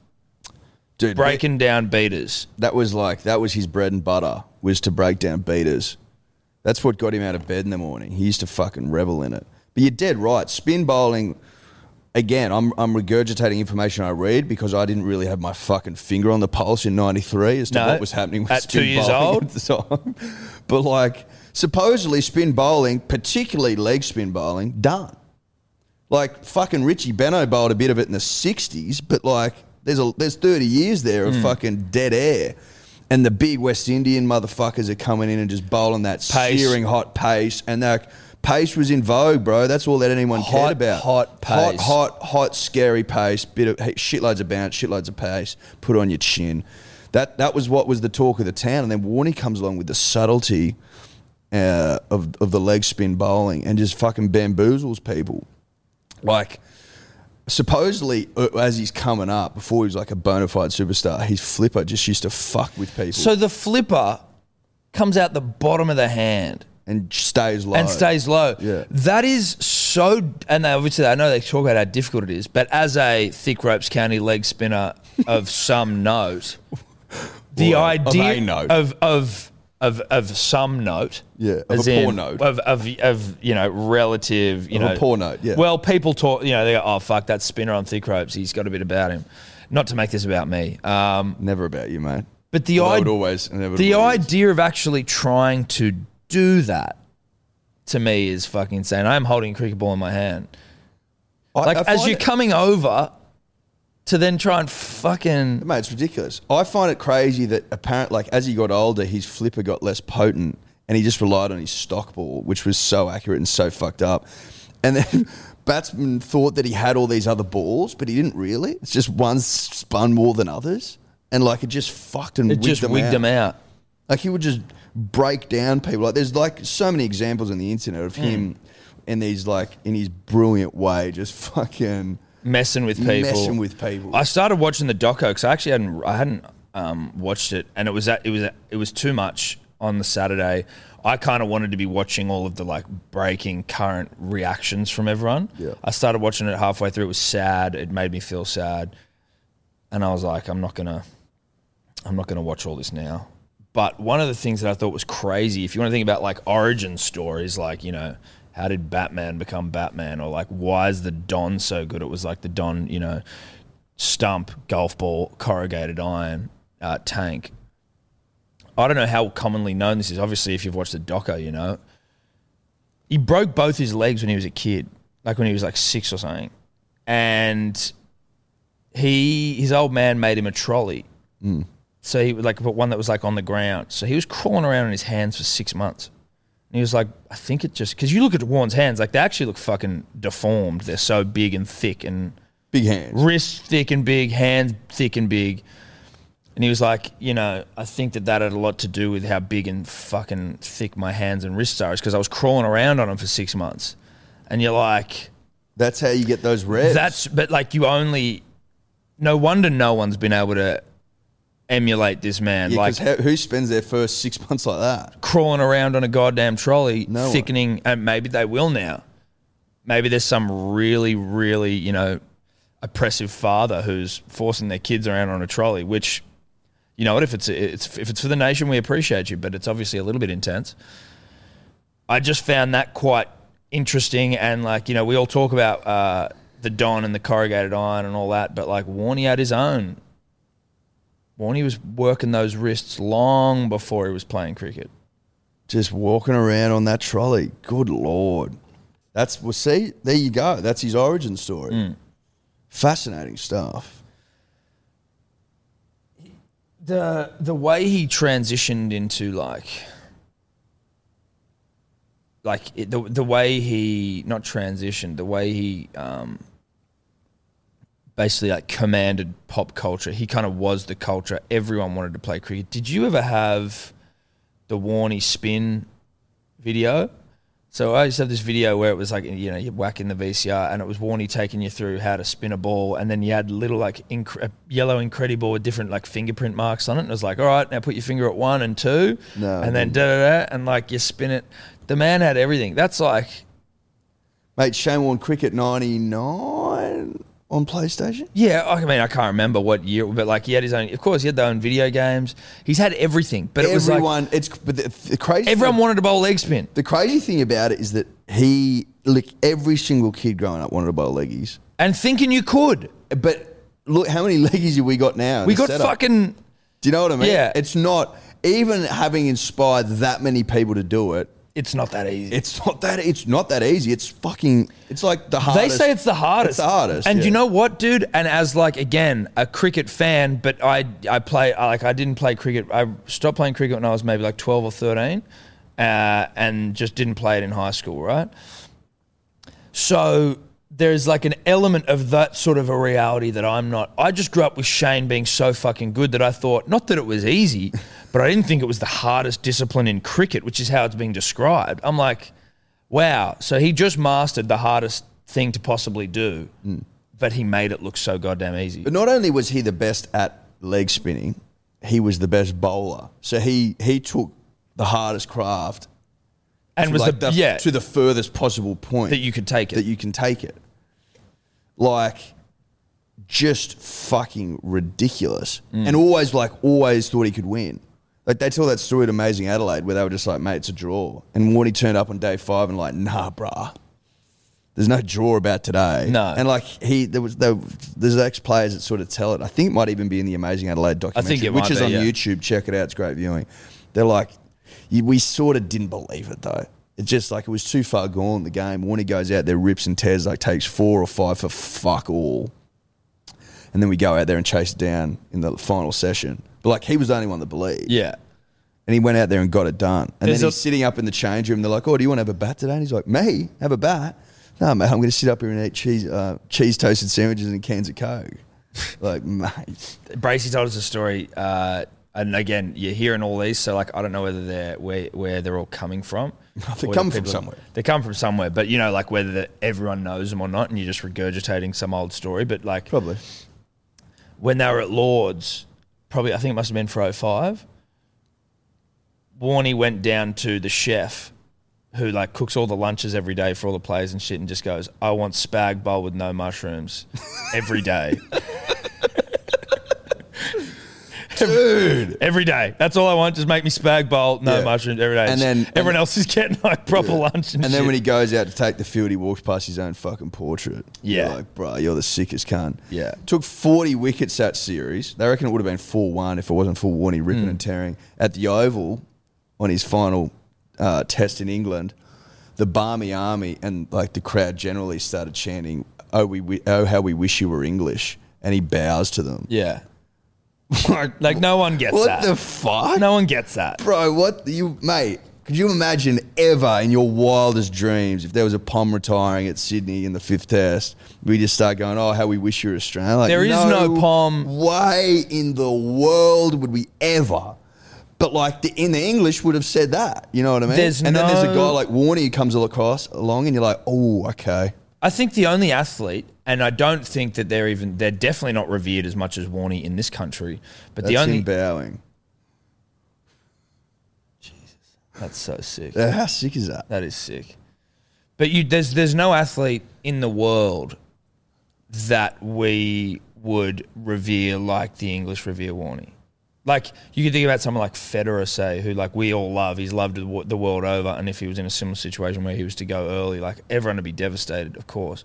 S3: Dude,
S2: breaking down beaters.
S3: that was like that was his bread and butter was to break down beaters. That's what got him out of bed in the morning. He used to fucking revel in it. But you're dead right. Spin bowling. Again, I'm I'm regurgitating information I read because I didn't really have my fucking finger on the pulse in '93 as to
S2: No,
S3: what was happening with
S2: at
S3: spin
S2: two years
S3: bowling
S2: old.
S3: at the time. But like, supposedly spin bowling, particularly leg spin bowling, done. Like fucking Richie Benno bowled a bit of it in the '60s, but like there's a there's 30 years there
S2: Hmm.
S3: of fucking dead air, and the big West Indian motherfuckers are coming in and just bowling that
S2: Pace.
S3: searing hot pace, and that pace was in vogue, bro. That's all that anyone
S2: Hot,
S3: cared about.
S2: hot pace.
S3: hot, hot, hot, scary pace. Bit of hey, shitloads of bounce, shitloads of pace. Put on your chin. That that was what was the talk of the town, and then Warney comes along with the subtlety uh, of of the leg spin bowling and just fucking bamboozles people. Like supposedly, uh, as he's coming up, before he was like a bona fide superstar, his flipper just used to fuck with people
S2: So the flipper comes out the bottom of the hand.
S3: and stays low.
S2: and stays low.
S3: Yeah.
S2: That is so, and they, obviously I know they talk about how difficult it is, but as a thick ropes county leg spinner of some note, the
S3: Well, of
S2: idea
S3: a note.
S2: of of of of some note,
S3: Yeah, of
S2: as
S3: a poor
S2: in
S3: note.
S2: of of of you know relative, you
S3: Of a
S2: know
S3: poor note, yeah.
S2: Well, people talk, you know, they go, oh fuck, that spinner on thick ropes, he's got a bit about him. Not to make this about me, um,
S3: Never about you, mate.
S2: but the
S3: I would
S2: idea
S3: always never.
S2: the idea of actually trying to do that to me is fucking insane. I'm holding a cricket ball in my hand. Like as you're coming over to then try and fucking
S3: Mate, it's ridiculous. I find it crazy that apparent, like as he got older, his flipper got less potent, and he just relied on his stock ball, which was so accurate and so fucked up. And then batsmen thought that he had all these other balls, but he didn't really. It's just one spun more than others, and like it just fucked and
S2: it
S3: wigged
S2: just
S3: them
S2: wigged
S3: out.
S2: them out.
S3: Like he would just break down people. Like there's like so many examples on the internet
S2: Hmm.
S3: of him and these like in his brilliant way, just fucking
S2: Messing with people.
S3: messing with people.
S2: I started watching the doco because I actually hadn't I hadn't um, watched it, and it was at, it was at, it was too much on the Saturday, I kind of wanted to be watching all of the like breaking current reactions from everyone.
S3: Yeah.
S2: I started watching it halfway through. It was sad. It made me feel sad, and I was like, I'm not gonna, I'm not gonna watch all this now. But one of the things that I thought was crazy, if you want to think about like origin stories, like you know, how did Batman become Batman, or like why is the Don so good? It was like the Don, you know, stump, golf ball, corrugated iron, uh, tank. I don't know how commonly known this is. Obviously, if you've watched the doco, you know. He broke both his legs when he was a kid, like when he was like six or something. And he, his old man made him a trolley. So he would like put one that was like on the ground. So he was crawling around on his hands for six months. And he was like, I think it just, because you look at Warren's hands, like they actually look fucking deformed. They're so big and thick and
S3: Big hands.
S2: wrists thick and big, hands thick and big. And he was like, you know, I think that that had a lot to do with how big and fucking thick my hands and wrists are, is because I was crawling around on them for six months. And you're like,
S3: That's how you get those reds.
S2: that's, but like you only, no wonder no one's been able to emulate this man.
S3: yeah,
S2: like,
S3: 'cause how- who spends their first six months like that?
S2: crawling around on a goddamn trolley,
S3: No one.
S2: thickening, and maybe they will now. Maybe there's some really, really, you know, oppressive father who's forcing their kids around on a trolley. Which, you know, what if it's it's if it's for the nation, we appreciate you, but it's obviously a little bit intense. I just found that quite interesting, and like you know, we all talk about uh, the Don and the corrugated iron and all that, but like Warney had his own. Warney was working those wrists long before he was playing cricket.
S3: just walking around on that trolley. Good lord. That's well see, there you go. That's his origin story.
S2: Hmm.
S3: Fascinating stuff.
S2: the the way he transitioned into like like it, the the way he not transitioned the way he um basically like commanded pop culture he kind of was the culture everyone wanted to play cricket did you ever have the warney spin video so I used to have this video where it was like you know you whack in the VCR and it was Warney taking you through how to spin a ball and then you had little like inc- a yellow incredible with different like fingerprint marks on it and it was like all right now put your finger at one and two
S3: No,
S2: and then da da da and like you spin it. The man had everything. That's like
S3: Mate, Shane Warne Cricket ninety nine on PlayStation?
S2: yeah I mean I can't remember what year but like he had his own of course he had their own video games. He's had everything but it was like
S3: Everyone it's but the, the crazy
S2: everyone
S3: thing,
S2: wanted to bowl leg spin.
S3: the crazy thing about it is that he look every single kid growing up wanted to bowl leggies.
S2: And thinking you could.
S3: But look how many leggies have we got now? in
S2: We
S3: the
S2: got
S3: setup?
S2: fucking
S3: Do you know what I mean?
S2: Yeah.
S3: It's not even having inspired that many people to do it,
S2: it's not that easy.
S3: It's not that. It's not that easy. It's fucking. It's like the
S2: They
S3: hardest.
S2: say it's the hardest.
S3: It's the hardest.
S2: And
S3: yeah.
S2: you know what, dude? And as like again, a cricket fan, but I I play I, like I didn't play cricket. I stopped playing cricket when I was maybe like twelve or thirteen, uh, and just didn't play it in high school, right? So there's like an element of that sort of a reality that I'm not. I just grew up with Shane being so fucking good that I thought not that it was easy, but I didn't think it was the hardest discipline in cricket, which is how it's being described. I'm like, wow. So he just mastered the hardest thing to possibly do, but he made it look so goddamn easy.
S3: Hmm. But not only was he the best at leg spinning, he was the best bowler. So he he took the hardest craft
S2: And
S3: to,
S2: was
S3: like
S2: the, yeah
S3: to the furthest possible point
S2: that you could take it.
S3: that you can take it. Like, just fucking ridiculous.
S2: Mm.
S3: And always, like, always thought he could win. Like, they tell that story at Amazing Adelaide where they were just like, mate, it's a draw. And Warney turned up on day five and, like, nah, bruh. There's no draw about today.
S2: No.
S3: And, like, he, there was, there, there's ex players that sort of tell it. I think it might even be in the Amazing Adelaide documentary,
S2: it
S3: which
S2: might
S3: is
S2: be,
S3: on
S2: yeah.
S3: YouTube. Check it out. It's great viewing. They're like, "You- we sort of didn't believe it though. It's just like it was too far gone. The game. Warner goes out there, rips and tears, like takes four or five for fuck all. And then we go out there and chase it down in the final session. But like he was the only one that believed.
S2: yeah.
S3: And he went out there and got it done. And
S2: There's a-
S3: then he's sitting up in the change room. They're like, "Oh, do you want to have a bat today?" And he's like, "Me? Have a bat? No, mate. I'm going to sit up here and eat cheese, uh, cheese toasted sandwiches and cans of coke." like, mate.
S2: Bracey told us a story, uh, and again, you're hearing all these, so like I don't know whether they're where where they're all coming from.
S3: They
S2: Or
S3: come
S2: the
S3: from
S2: people-
S3: somewhere.
S2: They come from somewhere, but you know, like whether the, everyone knows them or not, and you're just regurgitating some old story. But like
S3: Probably.
S2: when they were at Lords, probably I think it must have been for 05, Warney went down to the chef who like cooks all the lunches every day for all the players and shit and just goes, I want spag bowl with no mushrooms every day.
S3: Dude.
S2: Every day. That's all I want. Just make me spag bowl, no
S3: Yeah.
S2: mushrooms every day.
S3: And
S2: Just-
S3: then-
S2: everyone else is getting like proper lunch and,
S3: And then
S2: shit.
S3: when he goes out to take the field, he walks past his own fucking portrait.
S2: Yeah.
S3: You're like, bro, you're the sickest cunt.
S2: Yeah.
S3: Took 40 wickets that series. They reckon it would have been 4 1 if it wasn't for Warney ripping
S2: Hmm.
S3: and tearing. At the Oval, on his final uh, test in England, the Barmy Army and like the crowd generally started chanting, oh, we, we, oh how we wish you were English. And he bows to them.
S2: Yeah.
S3: like,
S2: Like no one gets
S3: what
S2: that.
S3: the fuck?
S2: no one gets that.
S3: Bro, what the- you mate? Could you imagine ever in your wildest dreams if there was a pom retiring at Sydney in the fifth test? We just start going, oh, how we wish you were Australian. Like,
S2: There is no Pom.
S3: Way in the world would we ever? But like the, in the English would have said that, you know what I mean?
S2: There's
S3: and then there's a
S2: no-
S3: guy like Warney who comes across along, and you're like, oh, okay,
S2: I think the only athlete, and I don't think that they're even they're definitely not revered as much as Warney in this country. But
S3: that's
S2: the only
S3: him bowing.
S2: that's so sick.
S3: Uh, How sick is that?
S2: That is sick. But you there's there's no athlete in the world that we would revere like the English revere Warney. Like you could think about someone like Federer, say, who like we all love. He's loved the wo- the world over, and if he was in a similar situation where he was to go early, like everyone would be devastated, of course.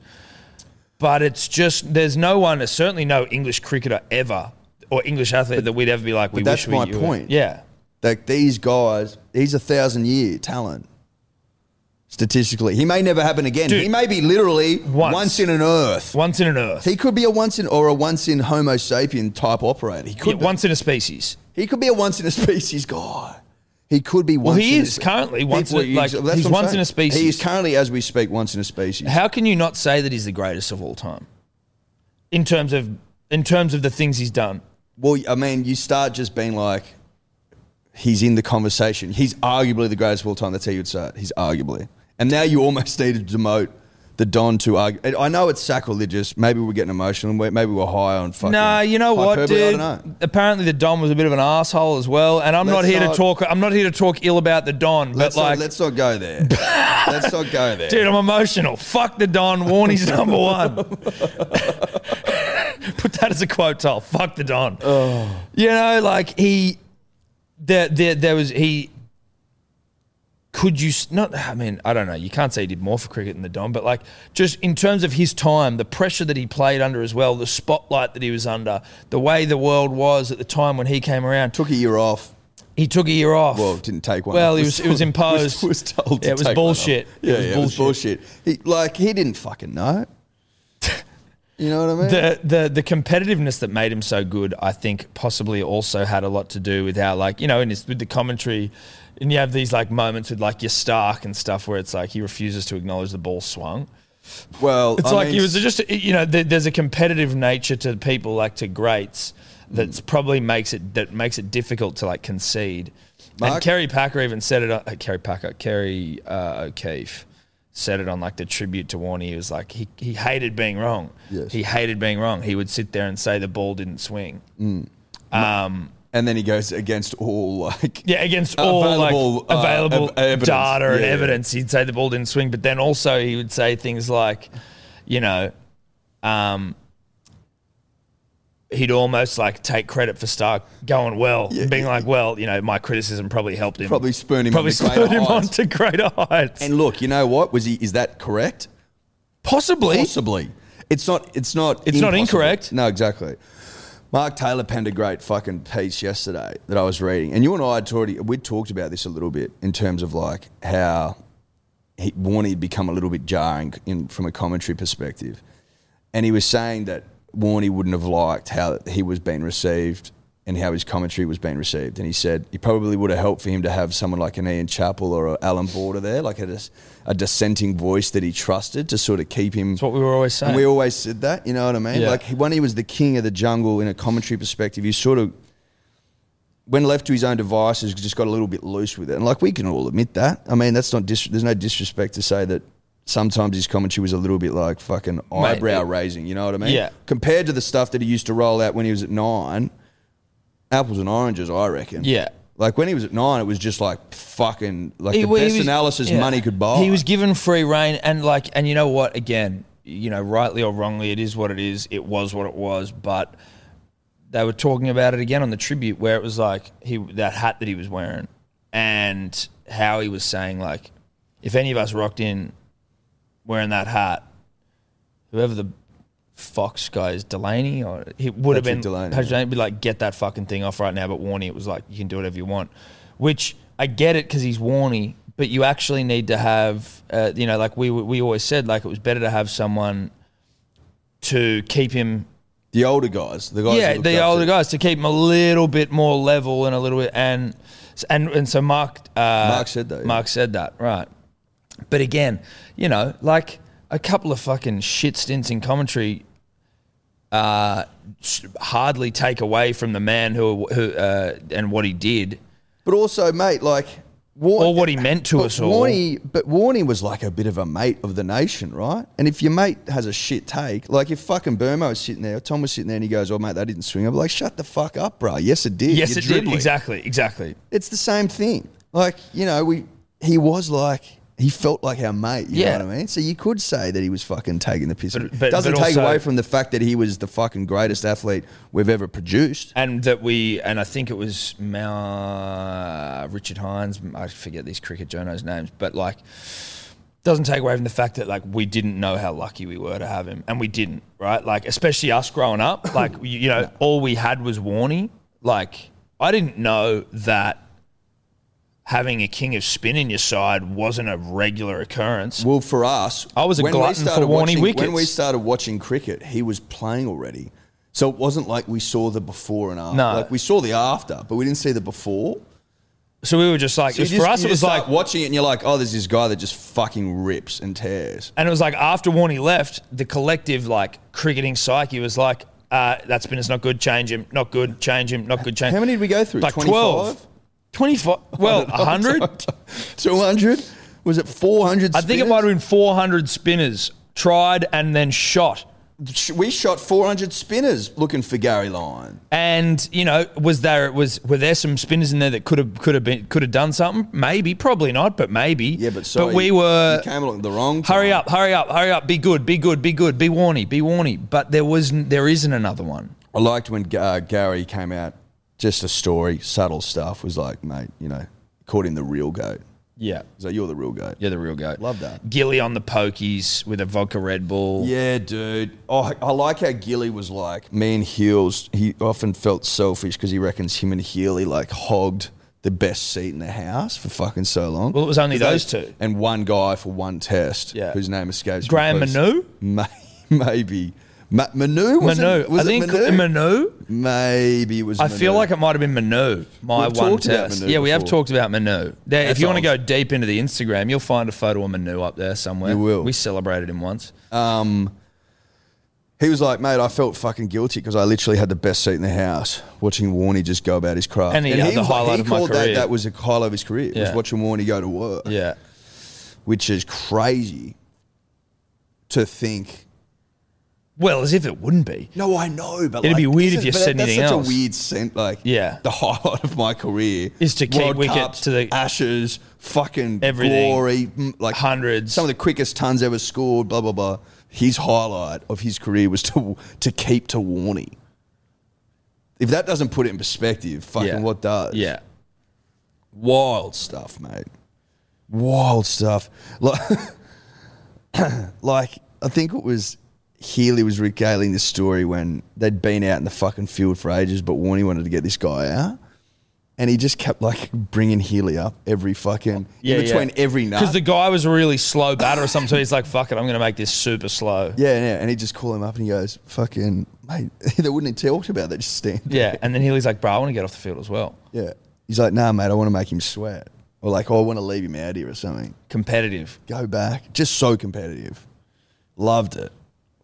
S2: But it's just there's no one, certainly no English cricketer ever or English athlete that we'd ever be like. we
S3: that's
S2: wish we
S3: my
S2: you were."
S3: point.
S2: Yeah,
S3: Like these guys, he's a thousand year talent. Statistically, he may never happen again.
S2: Dude.
S3: he may be literally
S2: Once.
S3: once. in an earth.
S2: once in an earth,
S3: He could be a once in or a once in Homo sapien type operator. He could.
S2: Yeah,
S3: be.
S2: once in a species.
S3: He could be a once in a species guy. He could be once.
S2: he
S3: in a
S2: is
S3: spe-
S2: currently once
S3: People
S2: in a-
S3: use-
S2: like,
S3: that's what
S2: he's
S3: I'm
S2: once in a species.
S3: He is currently, as we speak, once in a species.
S2: How can you not say that he's the greatest of all time? In terms of in terms of the things he's done.
S3: Well, I mean, you start just being like, he's in the conversation. He's arguably the greatest of all time. That's how you'd say it. He's arguably. And now you almost need to demote the Don to argue. I know it's sacrilegious. Maybe we're getting emotional. and we- Maybe we're high on fucking.
S2: Nah, you know what,
S3: hyperbole.
S2: dude?
S3: I don't know.
S2: Apparently the Don was a bit of an asshole as well, and I'm not
S3: Let's
S2: here to
S3: not-
S2: talk I'm not here to talk ill about the Don,
S3: Let's,
S2: but like
S3: not, let's not go there. let's not go there.
S2: dude, I'm emotional. Fuck the Don, Warney's number 1. Put that as a quote Tol. Fuck the Don. You know, like he there there there was he could you s- not i mean i don't know you can't say he did more for cricket than the don but like just in terms of his time the pressure that he played under as well the spotlight that he was under the way the world was at the time when he came around
S3: Took a year off.
S2: he took a year off
S3: Well, didn't take one.
S2: well
S3: off.
S2: he was, it was imposed
S3: Was, was told to
S2: Yeah, it was
S3: take one off.
S2: bullshit
S3: Yeah,
S2: it was
S3: yeah,
S2: bullshit,
S3: bullshit. He, like he didn't fucking know. You know what I mean?
S2: The, the the competitiveness that made him so good, I think, possibly also had a lot to do with how, like, you know, in his, with the commentary, and you have these like moments with like your Stark and stuff where it's like he refuses to acknowledge the ball swung.
S3: well,
S2: It's
S3: I
S2: like
S3: mean,
S2: it was just you know there, there's a competitive nature to people like to greats that's
S3: Hmm.
S2: probably makes it that makes it difficult to like concede. and
S3: Mark-
S2: Kerry Packer even said it. Uh, Kerry Packer, Kerry uh, O'Keefe said it on like the tribute to Warney. He was like he he hated being wrong.
S3: Yes.
S2: He hated being wrong. He would sit there and say the ball didn't swing. Um,
S3: and then he goes against all like
S2: yeah, against all
S3: Available,
S2: like
S3: uh,
S2: available
S3: ev- evidence.
S2: data and
S3: Yeah, yeah.
S2: evidence, he'd say the ball didn't swing. But then also he would say things like, you know, um, he'd almost like take credit for Stark going well,
S3: Yeah,
S2: being
S3: yeah,
S2: like, well, you know, my criticism probably helped him,
S3: Probably spurred him
S2: probably
S3: on to greater
S2: spurred him on
S3: heights.
S2: to greater heights,
S3: And look, you know what was he? Is that correct?
S2: possibly.
S3: Possibly. It's not. It's not.
S2: It's not
S3: impossible.
S2: incorrect.
S3: No, exactly. Mark Taylor penned a great fucking piece yesterday that I was reading, and you and I had already we would talked about this a little bit in terms of like how he, Warney had become a little bit jarring in, from a commentary perspective, and he was saying that Warney wouldn't have liked how he was being received and how his commentary was being received, and he said it probably would have helped for him to have someone like an Ian Chappell or an Alan Border there, like a, dis- a dissenting voice that he trusted to sort of keep him.
S2: That's what we were always
S3: And
S2: saying.
S3: we always said that, you know what I mean?
S2: Yeah.
S3: Like he- when he was the king of the jungle in a commentary perspective, he sort of, when left to his own devices, just got a little bit loose with it. And like we can all admit that. I mean, that's not dis- there's no disrespect to say that sometimes his commentary was a little bit like fucking eyebrow
S2: it-
S3: raising. You know what I mean?
S2: Yeah.
S3: Compared to the stuff that he used to roll out when he was at nine, apples and oranges, I reckon.
S2: yeah,
S3: Like when he was at nine, it was just like fucking like the
S2: well,
S3: best
S2: was-
S3: analysis
S2: yeah.
S3: money could buy.
S2: He was given free reign, and like, and you know what? Again, you know, rightly or wrongly, it is what it is. It was what it was, but they were talking about it again on the tribute, where it was like he that hat that he was wearing, and how he was saying like, if any of us rocked in wearing that hat, whoever the Fox guy is Delaney, or it would have been
S3: Patrick Delaney,
S2: Patrick
S3: yeah.
S2: Delaney, be like, get that fucking thing off right now. But Warney, it was like, you can do whatever you want, which I get it because he's Warney, but you actually need to have, uh, you know, like we we always said, like it was better to have someone to keep him
S3: the older guys, the guys.
S2: yeah,
S3: that
S2: the
S3: looked up
S2: older
S3: to-
S2: guys to keep them a little bit more level and a little bit and and and so Mark uh,
S3: Mark said that, yeah.
S2: Mark said that right, but again, you know, like a couple of fucking shit stints in commentary. Uh, s- hardly take away from the man who, who uh, and what he did
S3: But also, mate, like War-
S2: or what he meant to
S3: but
S2: us all.
S3: Warney, but Warney was like a bit of a mate of the nation, right? And if your mate has a shit take, like if fucking Burmo was sitting there, Tom was sitting there, and he goes, "Oh mate, that didn't swing." I'm like, "Shut the fuck up, bro." Yes, it did.
S2: yes,
S3: You're
S2: it
S3: dribbling."
S2: did exactly, exactly.
S3: It's the same thing. Like you know, we he was like. He felt like our mate, you
S2: Yeah.
S3: know what I mean? So you could say that he was fucking taking the piss.
S2: But- but-
S3: Doesn't
S2: but
S3: take
S2: also-
S3: away from the fact that he was the fucking greatest athlete we've ever produced.
S2: and that we and I think it was Ma, Richard Hines. I forget these cricket journos names, but like doesn't take away from the fact that like we didn't know how lucky we were to have him, and we didn't, right? Like especially us growing up, like you, you know, all we had was Warney. Like I didn't know that having a king of spin in your side wasn't a regular occurrence.
S3: Well, for us,
S2: I was a
S3: when we
S2: glutton for
S3: started
S2: Warnie
S3: watching-
S2: wickets.
S3: When we started watching cricket, he was playing already, so it wasn't like we saw the before and after.
S2: No.
S3: Like we saw the after, but we didn't see the before.
S2: So we were just like, it
S3: You
S2: was,
S3: just-
S2: for us,
S3: you
S2: it was
S3: just start
S2: like
S3: watching it, and you're like, "Oh, there's this guy that just fucking rips and tears."
S2: And it was like after Warney left, the collective like cricketing psyche was like, uh, that spinner's not good, change him, not good, change him, not good, change
S3: How many did we go through? Oh,
S2: Like
S3: 25?
S2: 12. 25, well, 100?
S3: Two hundred? Was it four hundred?
S2: I think it might have been 400 spinners tried and then shot.
S3: been. We shot four hundred spinners looking for Gary Lyon.
S2: And you know, was there was were there some spinners in there that could have could have been could have done something? Maybe, probably not, but maybe.
S3: Yeah, but so
S2: but we were
S3: you came along at the wrong. Time.
S2: Hurry up, hurry up, hurry up! Be good, be good, be good, be warny, be warny. But there was n- there isn't another one.
S3: I liked when uh, Gary came out, just a story, subtle stuff, was like, mate, you know, called him the real goat.
S2: Yeah,
S3: He's like, you're the real goat.
S2: You're the real goat.
S3: Love that.
S2: Gilly on the pokies with a vodka Red Bull.
S3: Yeah, dude. Oh, I like how Gilly was like, me and Heels, he often felt selfish because he reckons him and Healy like hogged the best seat in the house for fucking so long.
S2: Well, it was only
S3: 'Cause
S2: those
S3: they-
S2: two.
S3: And one guy for one test
S2: Yeah.
S3: whose name escapes me,
S2: Graham
S3: please.
S2: Manu?
S3: May- Maybe. Ma- Manu? Was
S2: Manu.
S3: It, was
S2: I
S3: it
S2: think
S3: Manu?
S2: Manu?
S3: Maybe it was
S2: I feel
S3: Manu.
S2: like it might have been Manu. My
S3: We've
S2: one
S3: talked about
S2: test.
S3: Manu
S2: yeah, we have
S3: before.
S2: talked about Manu. There, if
S3: That's
S2: you want to go
S3: old.
S2: deep into the Instagram, you'll find a photo of Manu up there somewhere.
S3: You will.
S2: We celebrated him once.
S3: um, he was like, mate, I felt fucking guilty because I literally had the best seat in the house watching Warney just go about his craft.
S2: And he had the
S3: was like-
S2: highlight
S3: he
S2: of my
S3: called
S2: career.
S3: That, that was a highlight of his career, was
S2: Yeah.
S3: watching Warney go to work,
S2: Yeah.
S3: which is crazy to think.
S2: Well, as if it wouldn't be.
S3: No, I know, but
S2: It'd
S3: like,
S2: be weird
S3: this
S2: if
S3: is-
S2: you
S3: but
S2: said
S3: that's
S2: anything
S3: such
S2: else.
S3: a weird scent, like
S2: Yeah.
S3: the highlight of my career
S2: Is to keep
S3: World
S2: wicket
S3: Cups,
S2: to the-
S3: ashes, fucking
S2: Everything.
S3: glory, mm, like
S2: Hundreds.
S3: some of the quickest tons ever scored, blah blah blah. His highlight of his career was to to keep to Warney. If that doesn't put it in perspective, fucking
S2: yeah.
S3: what does?
S2: Yeah.
S3: wild stuff, mate. Wild stuff. Like, like I think it was Healy was regaling the story when they'd been out in the fucking field for ages, but Warney wanted to get this guy out. And he just kept like bringing Healy up every fucking
S2: Yeah,
S3: in between every nut.
S2: Because the guy was a really slow batter or something, so he's like, fuck it, I'm going to make this super slow.
S3: yeah, yeah, and he just call him up and he goes, "Fucking mate, they wouldn't have talked about that. Just stand."
S2: Yeah. And then Healy's like, bro, I want to get off the field as well.
S3: yeah. He's like, "Nah, mate, I want to make him sweat, or like, oh, I want to leave him out here or something."
S2: Competitive.
S3: go back. Just so competitive. Loved it.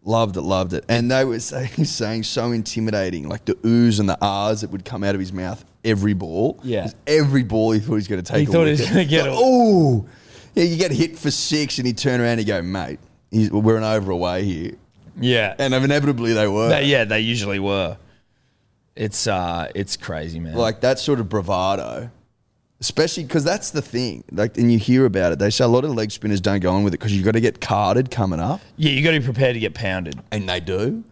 S3: Loved it, loved it. And they were saying, saying so intimidating, like the oohs and the ahs that would come out of his mouth every ball.
S2: Yeah.
S3: 'Cause Every ball he thought he was going to take.
S2: He
S3: a
S2: thought he was
S3: wicket.
S2: gonna get
S3: like,
S2: a-
S3: Oh, yeah, you get hit for six and he turn around and go, mate, he's, we're an over away here.
S2: Yeah.
S3: And inevitably they were.
S2: They- yeah, they usually were. It's uh, it's crazy, man.
S3: Like that sort of bravado Especially because that's the thing. Like, and you hear about it. They say a lot of leg spinners don't go on with it because you've got to get carded coming up.
S2: Yeah, you got to be prepared to get pounded.
S3: And they do.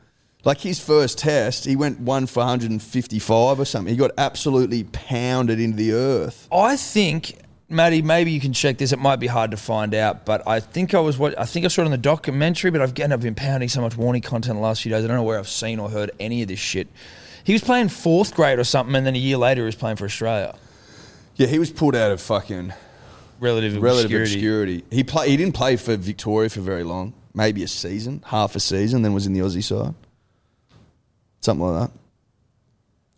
S3: Like his first test, he went one for 155 or something. He got absolutely pounded into the earth.
S2: I think, Maddie, maybe you can check this. It might be hard to find out, but I think I was what I think I saw it on the documentary. But I've again, I've been pounding so much warning content the last few days. I don't know where I've seen or heard any of this shit. He was playing fourth grade or something, and then a year later, he was playing for Australia.
S3: Yeah, he was pulled out of fucking
S2: Relative,
S3: relative
S2: obscurity.
S3: obscurity. He play, He didn't play for Victoria for very long. Maybe a season, half a season, then was in the Aussie side. Something like that.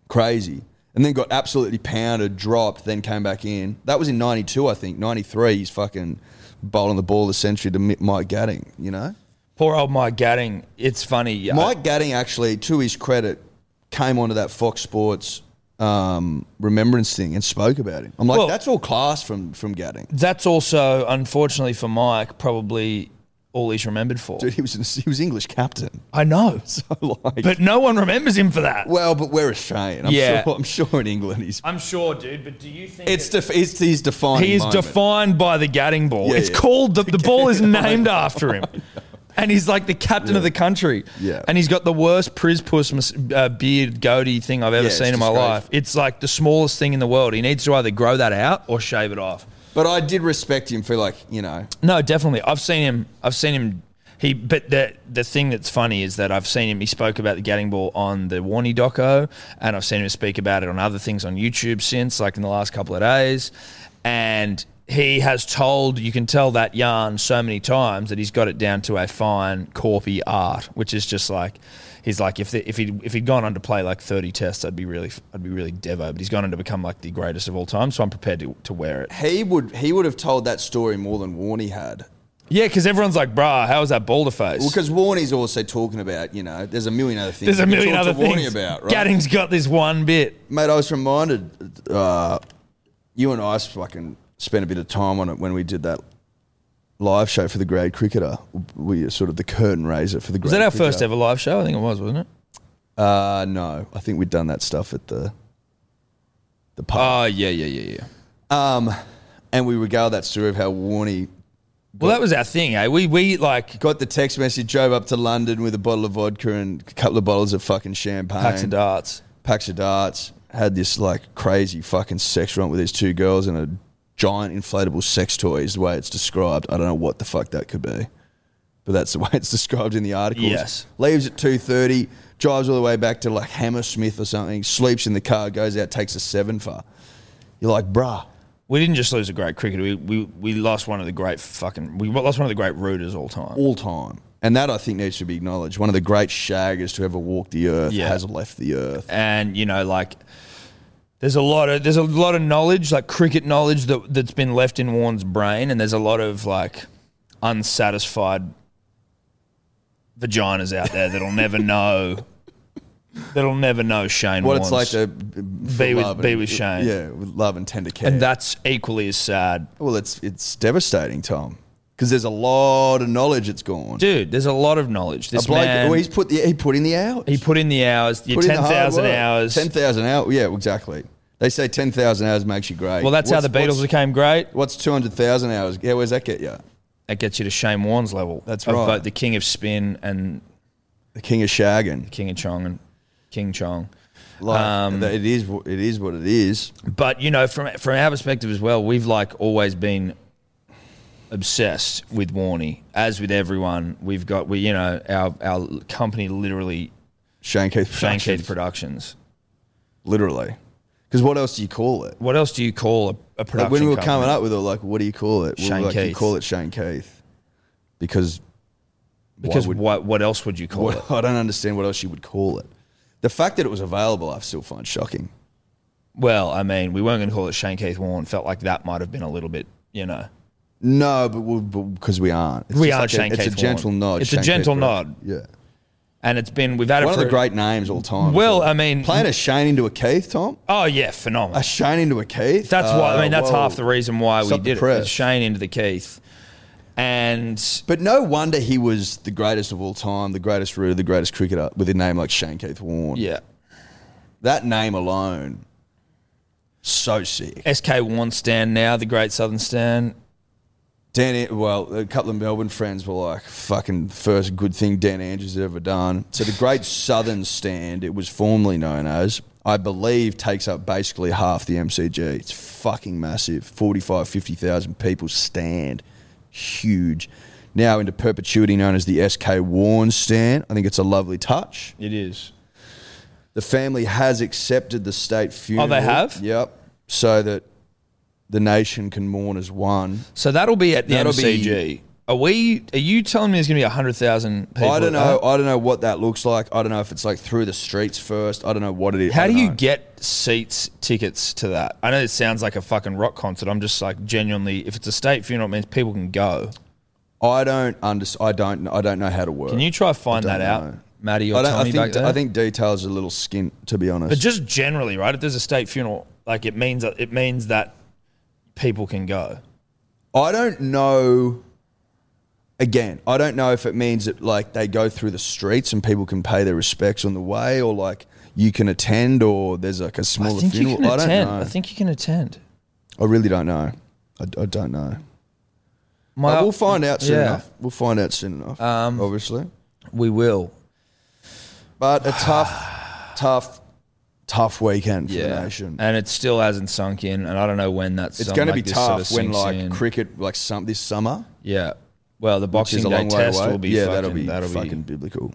S3: Crazy. And then got absolutely pounded, dropped, then came back in. That was in 92, I think. 93, he's fucking bowling the ball of the century to Mi- Mike Gadding, you know?
S2: Poor old Mike Gadding. It's funny. yeah.
S3: Mike Gadding actually, to his credit, came onto that Fox Sports um, remembrance thing and spoke about him. I'm like,
S2: Well-
S3: that's all class from from Gadding.
S2: that's also, unfortunately for Mike, probably all he's remembered for.
S3: Dude, he was he was English captain.
S2: I know,
S3: like,
S2: but no one remembers him for that.
S3: well, but we're Australian. I'm
S2: Yeah.
S3: sure. I'm sure in England he's
S2: I'm sure, dude. But do you think
S3: it's def- it's his defining.
S2: he is
S3: moment.
S2: defined by the Gadding ball?
S3: Yeah,
S2: it's
S3: yeah.
S2: called the, the ball is named after him, and he's like the captain of the country.
S3: Yeah.
S2: and he's got the worst priz puss mis- uh, beard goatee thing I've ever
S3: Yeah, it's
S2: seen in my
S3: disgraceful.
S2: life. It's like the smallest thing in the world. He needs to either grow that out or shave it off.
S3: But I did respect him for like you know.
S2: No, definitely. I've seen him. I've seen him. He, but the the thing that's funny is that I've seen him. He spoke about the Gadding ball on the Warney doco, and I've seen him speak about it on other things on YouTube since, like in the last couple of days. And he has told you can tell that yarn so many times that he's got it down to a fine corpy art, which is just like he's like if the, if he if he'd gone on to play like thirty tests, I'd be really I'd be really devo. But he's gone on to become like the greatest of all time, so I'm prepared to, to wear it.
S3: He would he would have told that story more than Warney had.
S2: Yeah, because everyone's like, "Bruh, how is that boulder face?"
S3: Well, because Warney's also talking about you know there's a million other things.
S2: There's a
S3: you can
S2: million
S3: talk
S2: other
S3: to Warney
S2: things.
S3: about right.
S2: Gadding's got this one bit.
S3: Mate, I was reminded. Uh, you and I fucking spent a bit of time on it when we did that live show for the Grade Cricketer. We were sort of the curtain raiser for the.
S2: Was that our first ever live show? I think it was, wasn't it?
S3: Uh, no, I think we'd done that stuff at the the pub.
S2: Oh, yeah, yeah, yeah, yeah.
S3: um, and we regaled that story of how Warney
S2: Well, that was our thing, eh? We we like
S3: got the text message, drove up to London with a bottle of vodka and a couple of bottles of fucking champagne,
S2: packs of darts.
S3: packs of darts, Had this like crazy fucking sex romp with these two girls and a giant inflatable sex toy is the way it's described. I don't know what the fuck that could be, but that's the way it's described in the articles.
S2: Yes.
S3: Leaves at two thirty, drives all the way back to like Hammersmith or something, sleeps in the car, goes out, takes a seven for. You're like, bruh.
S2: We didn't just lose a great cricketer. We, we we lost one of the great fucking. We lost one of the great rooters all time.
S3: all time. And that I think needs to be acknowledged. One of the great shaggers to ever walk the earth
S2: Yeah.
S3: has left the earth.
S2: And you know, like, there's a lot of there's a lot of knowledge, like cricket knowledge that that's been left in Warren's brain, and there's a lot of like unsatisfied vaginas out there that'll never know. That'll never know Shane.
S3: What it's
S2: Warne's.
S3: like to be
S2: Be with- be with Shane.
S3: Yeah, with love and tender care.
S2: And that's equally as sad.
S3: well, it's it's devastating, Tom, because there's a lot of knowledge that's gone.
S2: Dude, there's a lot of knowledge. This
S3: A bloke-
S2: man,
S3: well, he's put the he put in the hours.
S2: he put in the hours, your
S3: Put in the hard
S2: 10,000
S3: work.
S2: hours.
S3: Ten thousand hours. Yeah, exactly. They say ten thousand hours makes you great.
S2: well, that's how the
S3: What's-
S2: Beatles
S3: What's,
S2: became great.
S3: what's two hundred thousand hours? Yeah, where's that get you?
S2: That gets you to Shane Warne's level.
S3: That's
S2: of
S3: right.
S2: both the king of spin and
S3: The king of shagging.
S2: king of chong and king chong.
S3: Like
S2: Um,
S3: it is. wh- It is what it is.
S2: But, you know, from, from our perspective as well, we've like always been obsessed with Warney. As with everyone, we've got, we, you know, our, our company literally,
S3: Shane Keith.
S2: Shane
S3: Productions.
S2: Keith Productions.
S3: literally. Because what else do you call it?
S2: What else do you call a, a production
S3: Like when we were
S2: company?
S3: coming up with it, like, what do you call it? We were
S2: Shane
S3: like, You
S2: Keith.
S3: call it Shane Keith. Because, why
S2: Because
S3: would-
S2: what, what else would you call it?
S3: I don't understand what else you would call it. The fact that it was available, I still find shocking.
S2: Well, I mean, we weren't going to call it Shane Keith Warren. Felt like that might have been a little bit, you know.
S3: No, but because we aren't. It's
S2: We
S3: just
S2: are
S3: like a-
S2: Shane
S3: It's
S2: Keith
S3: a gentle
S2: Warren.
S3: nod.
S2: It's a
S3: Shane
S2: gentle
S3: Keith Warren.
S2: nod.
S3: Yeah.
S2: And it's been we've had it
S3: One of
S2: for
S3: the great names all time.
S2: Well, I mean-
S3: playing a Shane into a Keith, Tom.
S2: Oh yeah,
S3: A
S2: phenomenal.
S3: Shane into a Keith. Uh,
S2: That's why. I mean, that's half the
S3: reason.
S2: reason why we
S3: Stop the
S2: did it.
S3: press.
S2: It's Shane into the Keith, and
S3: But no wonder he was the greatest of all time, the greatest rooter, the greatest cricketer, with a name like Shane Keith Warren.
S2: yeah,
S3: that name alone So sick.
S2: SK One stand now, the Great Southern Stand.
S3: Dan, An- well, a couple of Melbourne friends were like, "Fucking first good thing Dan Andrews has ever done." So the Great Southern Stand, it was formerly known as, I believe, takes up basically half the MCG. It's fucking massive. 45, 50,000 people stand, huge. Now into perpetuity, known as the SK Warren Stand. I think it's a lovely touch.
S2: It is. Oh,
S3: The family has accepted the state funeral.
S2: have?
S3: Yep. So that the nation can mourn as one.
S2: So that'll be at the
S3: That'll be-
S2: MCG. Are we? Are you telling me there's going to be hundred thousand people?
S3: I
S2: at
S3: don't
S2: that?
S3: know. I don't know what that looks like. I don't know if it's like through the streets first. I don't know what it is. I
S2: How do
S3: don't
S2: you
S3: know.
S2: get seats, tickets to that? I know it sounds like a fucking rock concert. I'm just like genuinely, if it's a state funeral, it means people can go.
S3: I don't under, I don't. I don't know how to work.
S2: Can you try find that
S3: I don't
S2: out,
S3: know.
S2: Matty
S3: I,
S2: or
S3: don't, I
S2: Tommy back
S3: think.
S2: there?
S3: I think details are a little skint, to be honest.
S2: but just generally, right? If there's a state funeral, like it means that it means that people can go.
S3: I don't know. Again, I don't know if it means that like they go through the streets and people can pay their respects on the way, or like you can attend, or there's like a
S2: I
S3: smaller
S2: think you
S3: funeral.
S2: can
S3: I don't
S2: attend.
S3: know.
S2: I think you can attend.
S3: I really don't know. I, I don't know.
S2: My,
S3: But we'll find out soon
S2: yeah,
S3: enough. We'll find out soon enough.
S2: Um,
S3: obviously.
S2: We will.
S3: But a tough, tough, tough weekend for the nation.
S2: and it still hasn't sunk in, and I don't know when that's.
S3: it's going to
S2: like
S3: be
S2: this sort
S3: tough
S2: of
S3: when
S2: sinks
S3: like
S2: in.
S3: cricket, like some this summer,
S2: yeah. Well, the
S3: which
S2: Boxing
S3: is a
S2: Day
S3: long way
S2: test
S3: away.
S2: will be
S3: yeah,
S2: fucking,
S3: that'll be fucking biblical.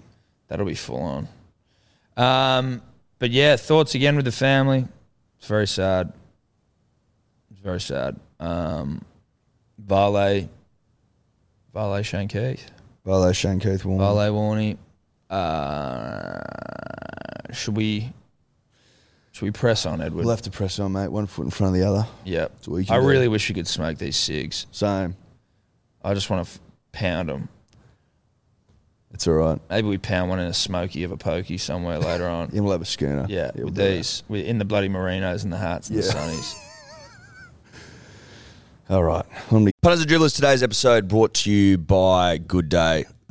S2: That'll be full on. Um, but yeah, thoughts again with the family. It's very sad. It's very sad. Um, Vale, Vale Shane Keith,
S3: Vale eh, Shane Keith Warren.
S2: Vale Warney. Uh, should we? Should we press on Edward?
S3: We'll have to press on, mate. One foot in front of the other.
S2: Yeah.
S3: That's what you
S2: I
S3: can do.
S2: really wish we could smoke these cigs.
S3: Same.
S2: I just want to f- pound them.
S3: It's all right.
S2: Maybe we pound one in a smoky of a pokey somewhere later on.
S3: And we'll have a schooner.
S2: Yeah,
S3: we'll
S2: with
S3: do that.
S2: these, with in the bloody merinos and the hats and the
S3: Yeah.
S2: sunnies.
S3: All right. On to-
S4: Punters and Dribblers, today's episode brought to you by Good Day,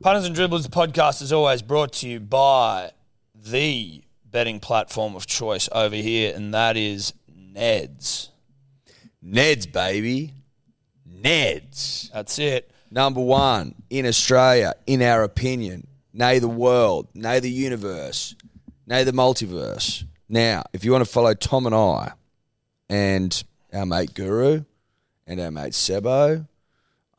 S2: Punters and Dribblers, the podcast is always brought to you by the betting platform of choice over here, and that is Ned's.
S4: Ned's, baby. Ned's.
S2: That's it.
S4: Number one in Australia, in our opinion, nay the world, nay the universe, nay the multiverse. Now, if you want to follow Tom and I and our mate Guru and our mate Sebo,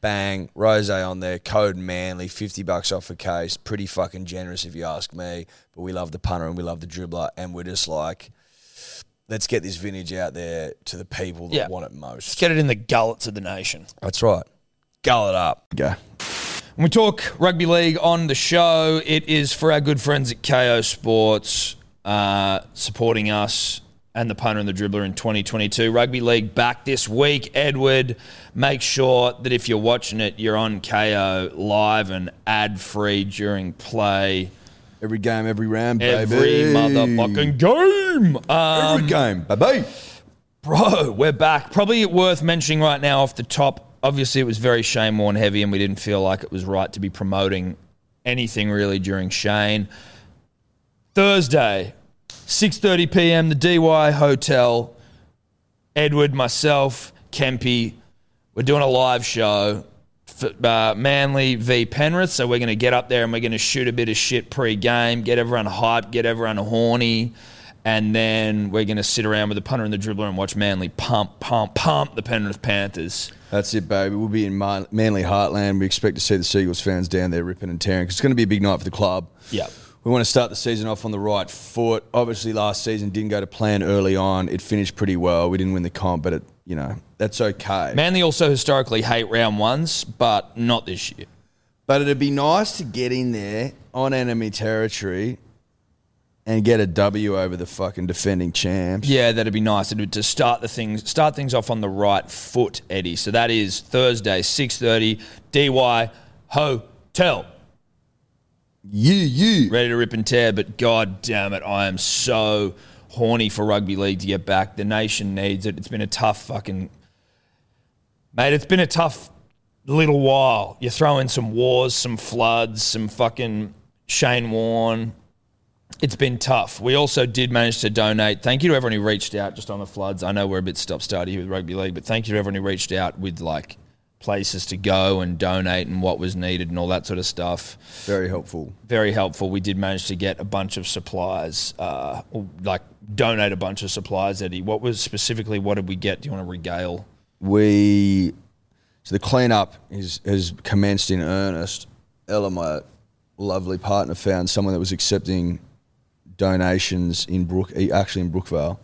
S4: bang, rose on there, code manly, 50 bucks off a case. Pretty fucking generous if you ask me. But we love the punter and we love the dribbler. And we're just like, let's get this vintage out there to the people that
S2: Yeah.
S4: want it most.
S2: Let's get it in the gullets of the nation.
S4: That's right. Gull it up.
S3: Go.
S2: When we talk rugby league on the show, it is for our good friends at KO Sports uh, supporting us and the punter and the dribbler in 2022. Rugby league back this week. Edward, make sure that if you're watching it, you're on KO live and ad free during play.
S3: Every game, every round,
S2: Every
S3: baby.
S2: motherfucking game. Um,
S3: Every game, baby.
S2: Bro, we're back. Probably worth mentioning right now off the top. Obviously, it was very Shane Warne heavy, and we didn't feel like it was right to be promoting anything really during Shane. Thursday, 6:30 p.m. the DY Hotel. Edward, myself, Kempy, we're doing a live show. f- Uh, Manly v Penrith, so we're going to get up there and we're going to shoot a bit of shit pre-game, get everyone hyped, get everyone horny, and then we're going to sit around with the punter and the dribbler and watch Manly pump, pump, pump the Penrith Panthers.
S3: That's it, baby. We'll be in Man- Manly Heartland. We expect to see the Seagulls fans down there ripping and tearing 'cause it's going to be a big night for the club.
S2: Yeah.
S3: We want to start the season off on the right foot. Obviously, last season didn't go to plan early on. It finished pretty well. We didn't win the comp, but it, you know, that's okay.
S2: Manly also historically hate round ones, but not this year.
S3: But it'd be nice to get in there on enemy territory and get a W over the fucking defending champs.
S2: Yeah, that'd be nice to, to start the things start things off on the right foot, Eddie. So that is Thursday, six thirty, DY Hotel.
S3: Yeah, yeah.
S2: Ready to rip and tear, but god damn it, I am so horny for rugby league to get back. The nation needs it. It's been a tough fucking mate. It's been a tough little while. You throw in some wars, some floods, some fucking Shane Warne. It's been tough. We also did manage to donate. Thank you to everyone who reached out just on the floods. I know we're a bit stop start here with rugby league, but thank you to everyone who reached out with like places to go and donate and what was needed and all that sort of stuff
S3: Very helpful.
S2: very helpful. We did manage to get a bunch of supplies, uh, or, like donate a bunch of supplies, Eddie. What was specifically, what did we get? Do you want to regale?
S3: we so the cleanup is has commenced in earnest. Ella, my lovely partner, found someone that was accepting donations in Brook, actually in Brookvale,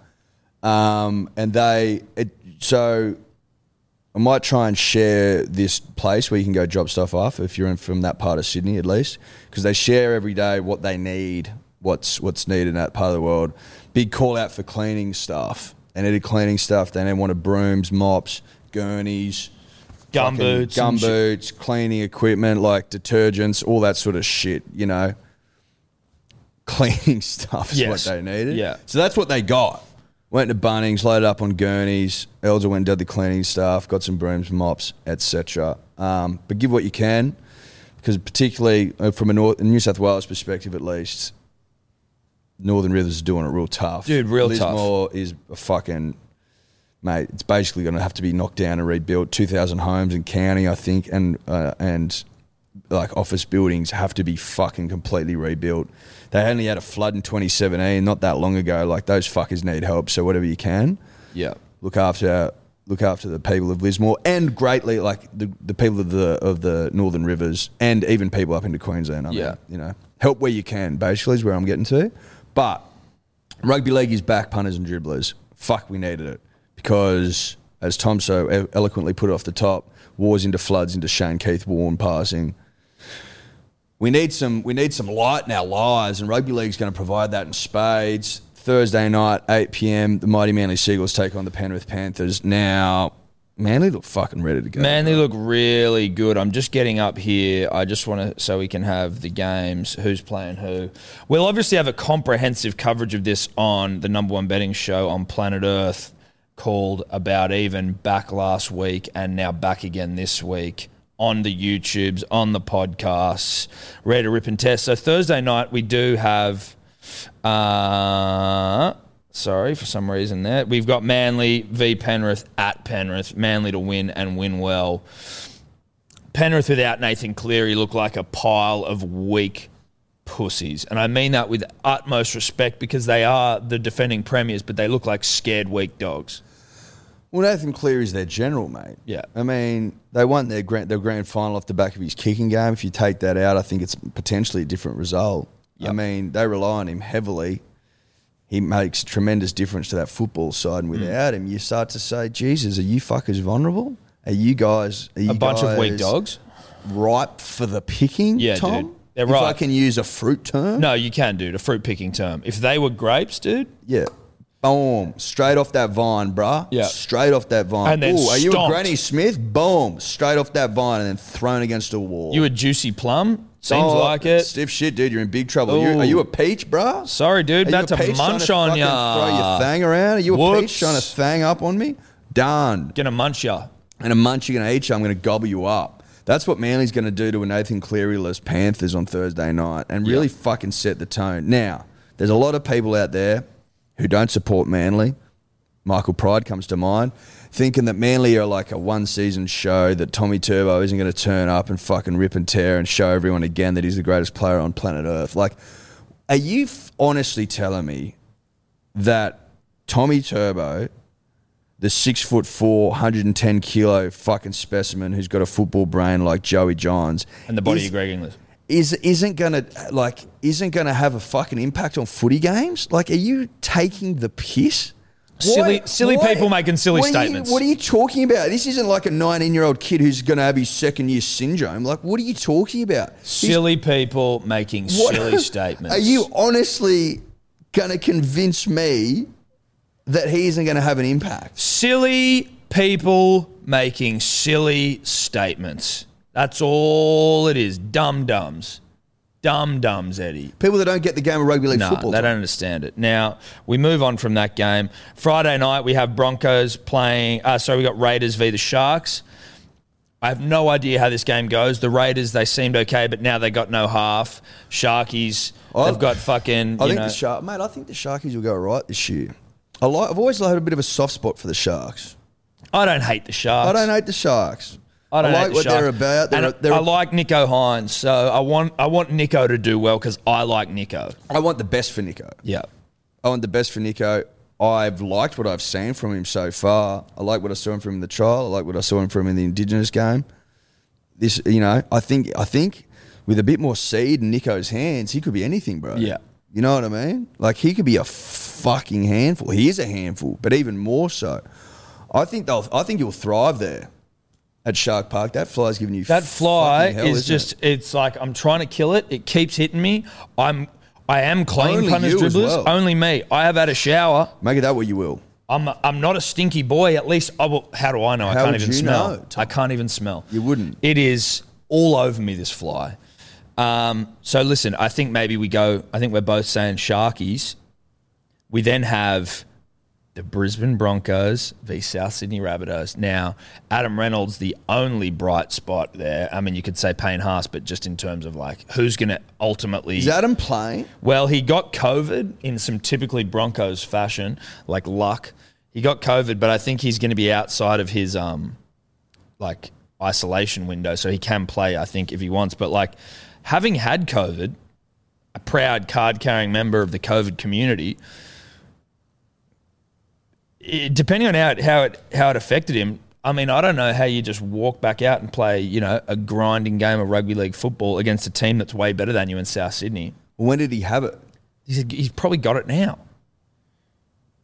S3: um, and they it, so. I might try and share this place where you can go drop stuff off if you're in from that part of Sydney at least, because they share every day what they need, what's what's needed in that part of the world. Big call out for cleaning stuff. They needed cleaning stuff. They needed wanted brooms, mops, gurneys,
S2: Gum boots. and shit.
S3: gumboots, cleaning equipment like detergents, all that sort of shit. You know, cleaning stuff is
S2: Yes.
S3: what they needed.
S2: Yeah.
S3: So that's what they got. Went to Bunnings, loaded up on gurneys. Elder went and did the cleaning stuff, got some brooms, mops, etc. Um, but give what you can, because particularly uh, from a North, New South Wales perspective, at least, Northern Rivers is doing it real tough.
S2: Dude, real tough.
S3: Lismore is a fucking mate. It's basically going to have to be knocked down and rebuilt. Two thousand homes in county, I think, and uh, and like office buildings have to be fucking completely rebuilt. They only had a flood in 2017, not that long ago. Like those fuckers need help. So whatever you can,
S2: Yeah.
S3: look after look after the people of Lismore and greatly like the, the people of the of the Northern Rivers and even people up into Queensland. I mean,
S2: Yeah.
S3: you know, help where you can. Basically, is where I'm getting to. But rugby league is back punters and dribblers. Fuck, we needed it because as Tom so e- eloquently put it off the top, wars into floods into Shane Keith Warren passing. We need some we need some light in our lives, and rugby league's going to provide that in spades. Thursday night, eight pm, the mighty Manly Seagulls take on the Penrith Panthers. Now, Manly look fucking ready to go.
S2: Man, they look really good. I'm just getting up here. I just want to, so we can have the games, who's playing who. We'll obviously have a comprehensive coverage of this on the number one betting show on planet Earth called About Even back last week and now back again this week on the YouTubes, on the podcasts, ready to rip and test. So Thursday night, we do have. Uh, sorry for some reason there. We've got Manly v Penrith at Penrith. Manly to win and win well. Penrith without Nathan Cleary look like a pile of weak pussies. And I mean that with utmost respect because they are the defending premiers, but they look like scared, weak dogs.
S3: Well, Nathan Cleary's their general, mate.
S2: Yeah.
S3: I mean, they won their grand, their grand final off the back of his kicking game. If you take that out, I think it's potentially a different result. I mean, they rely on him heavily. He makes a tremendous difference to that football side,
S2: Hmm.
S3: and without him, you start to say, "Jesus, are you fuckers vulnerable? Are you guys are you
S2: A bunch of weak
S3: guys
S2: dogs?
S3: ripe for the picking?"
S2: Yeah,
S3: Tom?
S2: dude. They're
S3: if I
S2: ripe.
S3: can use a fruit term,
S2: No, you can, dude. A fruit picking term. If they were grapes, dude,
S3: Yeah. Boom. Straight off that vine, bruh.
S2: Yeah.
S3: Straight off that vine.
S2: And then
S3: Ooh, are you a
S2: stomped.
S3: Granny Smith? Boom. Straight off that vine and then thrown against a wall.
S2: you a juicy plum. Seems
S3: Oh,
S2: like it.
S3: Stiff shit, dude. You're in big trouble. You, are you a peach, bruh?
S2: Sorry, dude.
S3: Are
S2: That's
S3: you
S2: a,
S3: a peach
S2: munch
S3: trying
S2: on
S3: to fucking Throw your
S2: ya.
S3: thang around? Are you a
S2: Whoops.
S3: peach trying to thang up on me? Done.
S2: Gonna munch ya.
S3: And a munch you're going to eat you. I'm going to gobble you up. That's what Manly's going to do to a Nathan Cleary-less Panthers on Thursday night and really fucking set the tone. Now, there's a lot of people out there who don't support Manly. Michael Pride comes to mind, thinking that Manly are like a one-season show that Tommy Turbo isn't going to turn up and fucking rip and tear and show everyone again that he's the greatest player on planet Earth. Like, are you f- honestly telling me that Tommy Turbo the six foot four, 110 kilo fucking specimen who's got a football brain like Joey Johns.
S2: And the body
S3: is,
S2: of Greg Inglis.
S3: is isn't gonna like isn't gonna have a fucking impact on footy games. Like, are you taking the piss?
S2: Silly- silly people making silly
S3: what are you-
S2: statements.
S3: what are you talking about? This isn't like a 19 year old kid who's going to have his second year syndrome. Like, what are you talking about? He's
S2: Silly people making
S3: what-
S2: silly statements.
S3: Are you honestly going to convince me that he isn't going to have an impact?
S2: silly people making silly statements? That's all it is. Dum dums. Dum dums, Eddie.
S3: People that don't get the game of rugby league
S2: No,
S3: football.
S2: they don't understand it. Now we move on from that game. Friday night we have Broncos playing. Uh, sorry, we got Raiders v the Sharks. I have no idea how this game goes. The Raiders they seemed okay, but now they got no half. Sharkies
S3: I-
S2: they've got fucking.
S3: I
S2: you
S3: think
S2: know-
S3: the shark, mate. I think the Sharkies will go right this year. I like, I've always had a bit of a soft spot for the Sharks.
S2: I don't hate the Sharks.
S3: I don't hate the Sharks.
S2: I don't
S3: like
S2: hate the
S3: what they're
S2: Sharks.
S3: about. They're,
S2: And
S3: they're-
S2: I like Nico Hines, so I want I want Nico to do well because I like Nico.
S3: I want the best for Nico.
S2: Yeah,
S3: I want the best for Nico. I've liked what I've seen from him so far. I like what I saw him from in the trial. I like what I saw him from in the Indigenous game. This, you know, I think, I think, with a bit more seed in Nico's hands, he could be anything, bro.
S2: Yeah.
S3: you know what I mean. Like he could be a fucking handful. He is a handful, but even more so. I think they'll. I think he'll thrive there at Shark Park. That fly's giving you
S2: that fly
S3: fucking hell,
S2: is
S3: isn't it?
S2: just it's like I'm trying to kill it. It keeps hitting me. I'm I am clean
S3: Only
S2: punters
S3: you as
S2: dribblers.
S3: well.
S2: Only me. I have had a shower.
S3: make it that what you will.
S2: I'm I'm not a stinky boy. At least I will, how do I know? I
S3: How
S2: can't
S3: would
S2: even
S3: you
S2: smell.
S3: know, Tom?
S2: I can't even smell.
S3: You wouldn't.
S2: It is all over me. This fly. Um, so listen, I think maybe we go. I think we're both saying Sharkies. We then have the Brisbane Broncos v South Sydney Rabbitohs. Now, Adam Reynolds, the only bright spot there. I mean, you could say Payne Haas, but just in terms of like who's going to ultimately
S3: Is Adam playing?
S2: well, he got COVID in some typically Broncos fashion, like luck. He got COVID, but I think he's going to be outside of his um, like isolation window, so he can play. I think if he wants, but like having had COVID, a proud card-carrying member of the COVID community. it- depending on how it, how it how it affected him, I mean, I don't know how you just walk back out and play, you know, a grinding game of rugby league football against a team that's way better than you in South Sydney.
S3: When did he have it?
S2: He said he's probably got it now.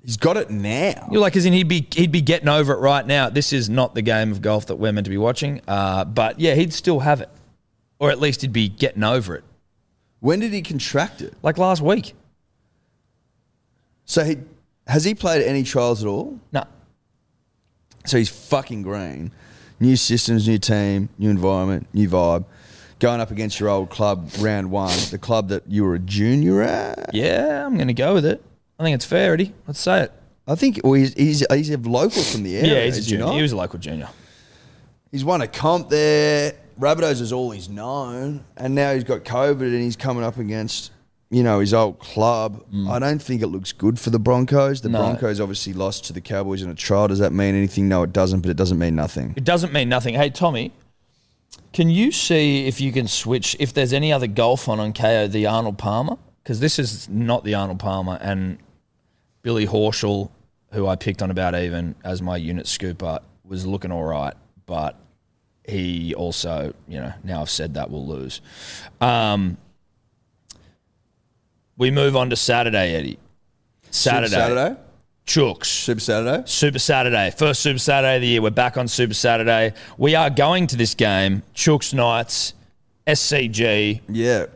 S3: He's got it now.
S2: You're like, as in he'd be he'd be getting over it right now. This is not the game of golf that we're meant to be watching. Uh, but yeah, he'd still have it, or at least he'd be getting over it,
S3: When did he contract it?
S2: like last week.
S3: So he has he played any trials at all?
S2: No,
S3: So he's fucking green. New systems, new team, new environment, new vibe. Going up against your old club, round one, the club that you were a junior at.
S2: yeah, I'm gonna go with it. I think it's fair, Eddie. Let's say it.
S3: I think, or he's he's, he's a local from the area.
S2: Yeah, he's a
S3: is he
S2: junior.
S3: not?
S2: He was a local junior.
S3: He's won a comp there. Rabbitohs is all he's known, and now he's got COVID, and he's coming up against you know his old club. I don't think it looks good for the Broncos. The
S2: Mm. No.
S3: Broncos obviously lost to the Cowboys in a trial. Does that mean anything? No, it doesn't. But it doesn't mean nothing.
S2: It doesn't mean nothing. Hey, Tommy, Can you see if you can switch if there's any other golf on on KO the Arnold Palmer? Because this is not the Arnold Palmer and Billy Horschel, who I picked on about even as my unit scooper, was looking all right, but he also, you know, now I've said that will lose. Um, we move on to Saturday, Eddie. Saturday,
S3: Saturday?
S2: Chooks.
S3: Super Saturday?
S2: Super Saturday, first Super Saturday of the year. We're back on Super Saturday. We are going to this game, Chooks Knights, SCG,
S3: Yeah.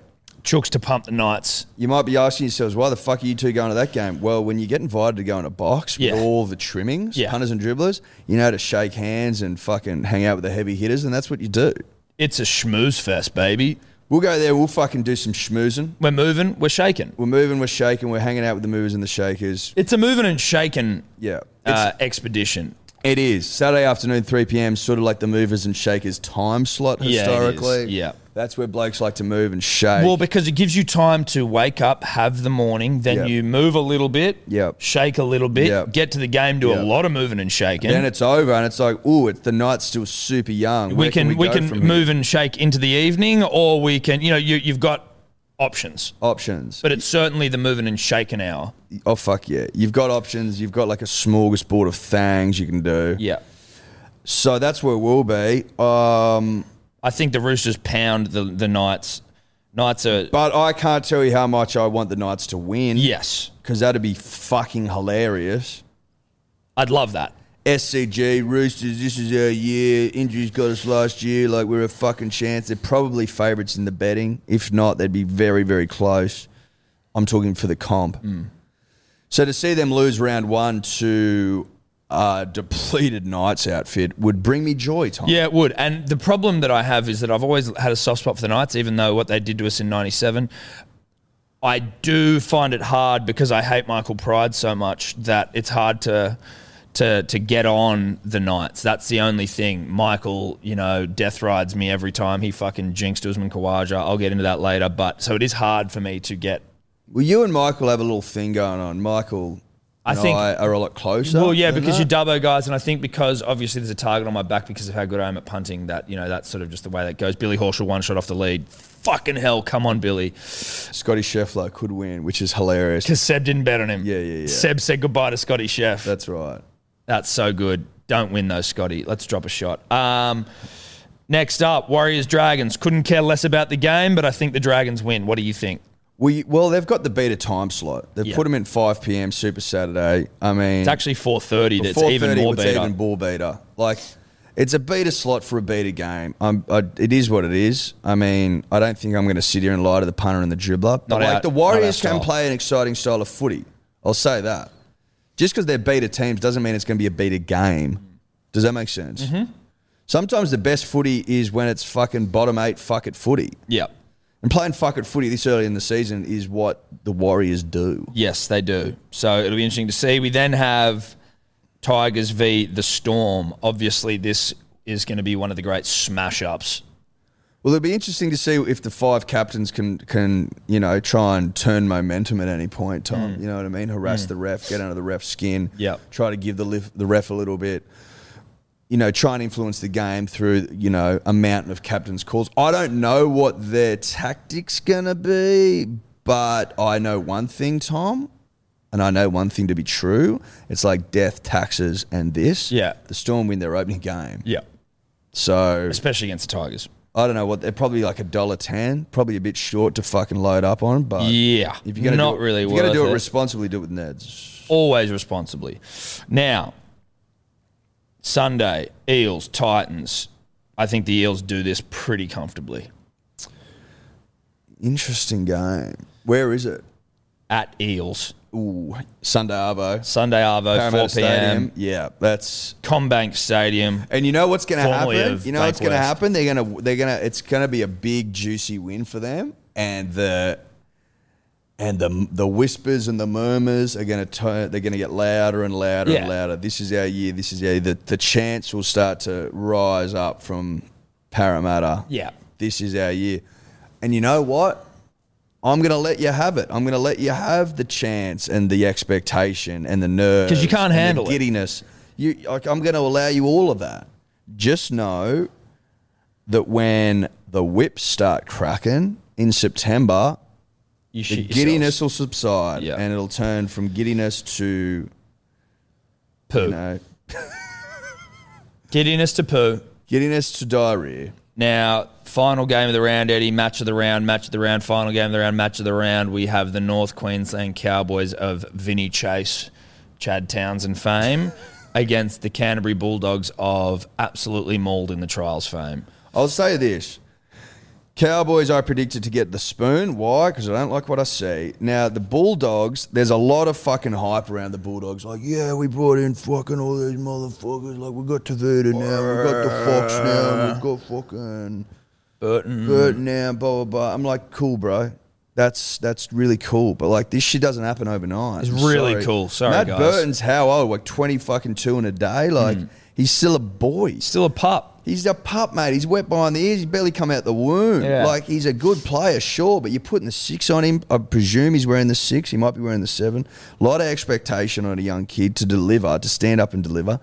S2: Chooks to pump the Knights.
S3: You might be asking yourselves, why the fuck are you two going to that game? Well, when you get invited to go in a box
S2: Yeah.
S3: with all the trimmings,
S2: Yeah.
S3: punters and dribblers, you know to shake hands and fucking hang out with the heavy hitters, and that's what you do.
S2: It's a schmooze fest, baby.
S3: We'll go there, we'll fucking do some schmoozing.
S2: We're moving, we're shaking.
S3: We're moving, we're shaking, we're hanging out with the movers and the shakers.
S2: It's a moving and shaking
S3: Yeah. It's-
S2: uh, expedition.
S3: It is Saturday afternoon, three p.m. Sort of like the movers and shakers time slot
S2: Yeah, it is.
S3: historically.
S2: Yeah.
S3: that's where blokes like to move and shake.
S2: Well, because it gives you time to wake up, have the morning, then
S3: Yeah.
S2: you move a little bit,
S3: Yeah.
S2: shake a little bit,
S3: Yeah.
S2: get to the game, do a
S3: Yeah.
S2: lot of moving and shaking.
S3: then it's over, and it's like, ooh, it's, the night's still super young.
S2: we
S3: Where
S2: can we
S3: go
S2: can,
S3: from here?
S2: move and shake into the evening, or we can you know you you've got options,
S3: options.
S2: but it's certainly the moving and shaking hour.
S3: oh fuck yeah, you've got options. You've got like a smorgasbord of things you can do.
S2: Yeah,
S3: So that's where we'll be. Um,
S2: I think the Roosters pound the the Knights. Knights are
S3: but I can't tell you how much I want the Knights to win.
S2: yes,
S3: because that'd be fucking hilarious.
S2: I'd love that.
S3: SCG, Roosters, this is our year. Injuries got us last year. Like, we're a fucking chance. They're probably favourites in the betting. If not, they'd be very, very close. I'm talking for the comp.
S2: Hmm.
S3: So to see them lose round one to uh, depleted Knights outfit would bring me joy, Tom.
S2: Yeah, it would. And the problem that I have is that I've always had a soft spot for the Knights, even though what they did to us in '97. I do find it hard because I hate Michael Pride so much that it's hard to to to get on the Knights. That's the only thing. Michael, you know, death rides me every time he fucking jinxed Usman Khawaja. I'll get into that later, but so it is hard for me to get.
S3: Well, you and Michael have a little thing going on. Michael
S2: I
S3: and
S2: think-
S3: I are a lot closer.
S2: Well, yeah,
S3: than
S2: because
S3: that.
S2: you're Dubbo guys, and I think because obviously there's a target on my back because of how good I am at punting. That you know that's sort of just the way that goes. Billy Horschel one shot off the lead. Fucking hell, come on, Billy.
S3: Scotty Scheffler could win, which is hilarious.
S2: Because Seb didn't bet on him.
S3: Yeah, yeah, yeah.
S2: Seb said goodbye to Scotty Chef.
S3: That's right.
S2: That's so good. Don't win though, Scotty. Let's drop a shot. Um, next up, Warriors Dragons. Couldn't care less about the game, but I think the Dragons win. What do you think?
S3: We well, they've got the beta time slot. They've 'em
S2: Yeah.
S3: put them in five p.m. Super Saturday. I mean,
S2: It's actually 4:30. That's even
S3: 4:30
S2: more
S3: it's
S2: better.
S3: even more beta. Like, it's a beta slot for a beta game. I'm, I, it is what it is. I mean, I don't think I'm going to sit here and lie to the punter and the dribbler. But
S2: Not
S3: like,
S2: our- not
S3: the
S2: our
S3: Warriors can
S2: style.
S3: play an exciting style of footy. I'll say that. Just because they're beta teams doesn't mean it's going to be a beta game. Does that make sense?
S2: Mm-hmm.
S3: Sometimes the best footy is when it's fucking bottom eight fuck it footy.
S2: yeah.
S3: And playing fuck it footy this early in the season is what the Warriors do.
S2: Yes, they do. So it'll be interesting to see. We then have Tigers v the Storm. Obviously, this is going to be one of the great smash ups.
S3: Well, it'll be interesting to see if the five captains can can you know try and turn momentum at any point, Tom. You know what I mean? Harass the ref, get under the ref's skin.
S2: Mm. Yep.
S3: Try to give the lif- the ref a little bit. You know, try and influence the game through you know a mountain of captains' calls. I don't know what their tactics gonna be, but I know one thing, Tom. And I know one thing to be true. It's like death, taxes, and this.
S2: Yeah.
S3: The Storm win their opening game.
S2: Yeah.
S3: So
S2: Especially against the Tigers.
S3: I don't know what they're probably like a dollar ten, probably a bit short to fucking load up on. But
S2: Yeah.
S3: if you're gonna
S2: not
S3: do it,
S2: really
S3: if you're gonna
S2: worth
S3: do it,
S2: it.
S3: responsibly, do it with Neds.
S2: always responsibly. Now, Sunday, Eels, Titans. I think the Eels do this pretty comfortably
S3: Interesting game. Where is it?
S2: at Eels.
S3: Ooh, Sunday Arvo,
S2: Sunday, Arvo, 4 p.m.
S3: Parramatta Stadium. Yeah, that's.
S2: Combank Stadium.
S3: And you know what's gonna
S2: Formerly
S3: happen?
S2: of
S3: You know what's
S2: Bank
S3: gonna
S2: West.
S3: happen? They're gonna they're gonna it's gonna be a big juicy win for them, and the and the the whispers and the murmurs are gonna turn. They're gonna get louder and louder
S2: Yeah.
S3: and louder. This is our year. This is our year. The the chants will start to rise up from Parramatta.
S2: Yeah.
S3: this is our year. And you know what? I'm gonna let you have it. I'm gonna let you have the chance and the expectation and the nerve
S2: 'Cause you can't handle it.
S3: giddiness. You, like, I'm gonna allow you all of that. Just know that when the whips start cracking in September,
S2: You
S3: the
S2: shit
S3: giddiness will subside
S2: Yeah.
S3: and it'll turn from giddiness to
S2: poo.
S3: you know
S2: Giddiness to poo.
S3: giddiness to diarrhea.
S2: Now, final game of the round, Eddie. Match of the round, match of the round, final game of the round, match of the round. We have the North Queensland Cowboys of Vinny Chase, Chad Townsend fame, against the Canterbury Bulldogs of absolutely mauled in the trials fame.
S3: I'll say this. Cowboys I predicted to get the spoon. Why? Because I don't like what I see. Now the Bulldogs, there's a lot of fucking hype around the Bulldogs. Like, yeah, we brought in fucking all these motherfuckers. Like, we got Tavita now, we got the Fox now, we've got fucking
S2: Burton.
S3: Bert now, blah blah blah. I'm like, cool, bro. That's that's really cool. But like this shit doesn't happen overnight.
S2: It's
S3: I'm
S2: really cool. Sorry,
S3: Matt
S2: guys. Hmm.
S3: Burton's how old? Like twenty fucking two in a day. Like he's still a boy.
S2: Still a pup.
S3: He's a pup, mate. He's wet behind the ears. He's barely come out the womb.
S2: Yeah.
S3: Like he's a good player, sure, but you're putting the six on him. I presume he's wearing the six. He might be wearing the seven. A lot of expectation on a young kid to deliver, to stand up and deliver.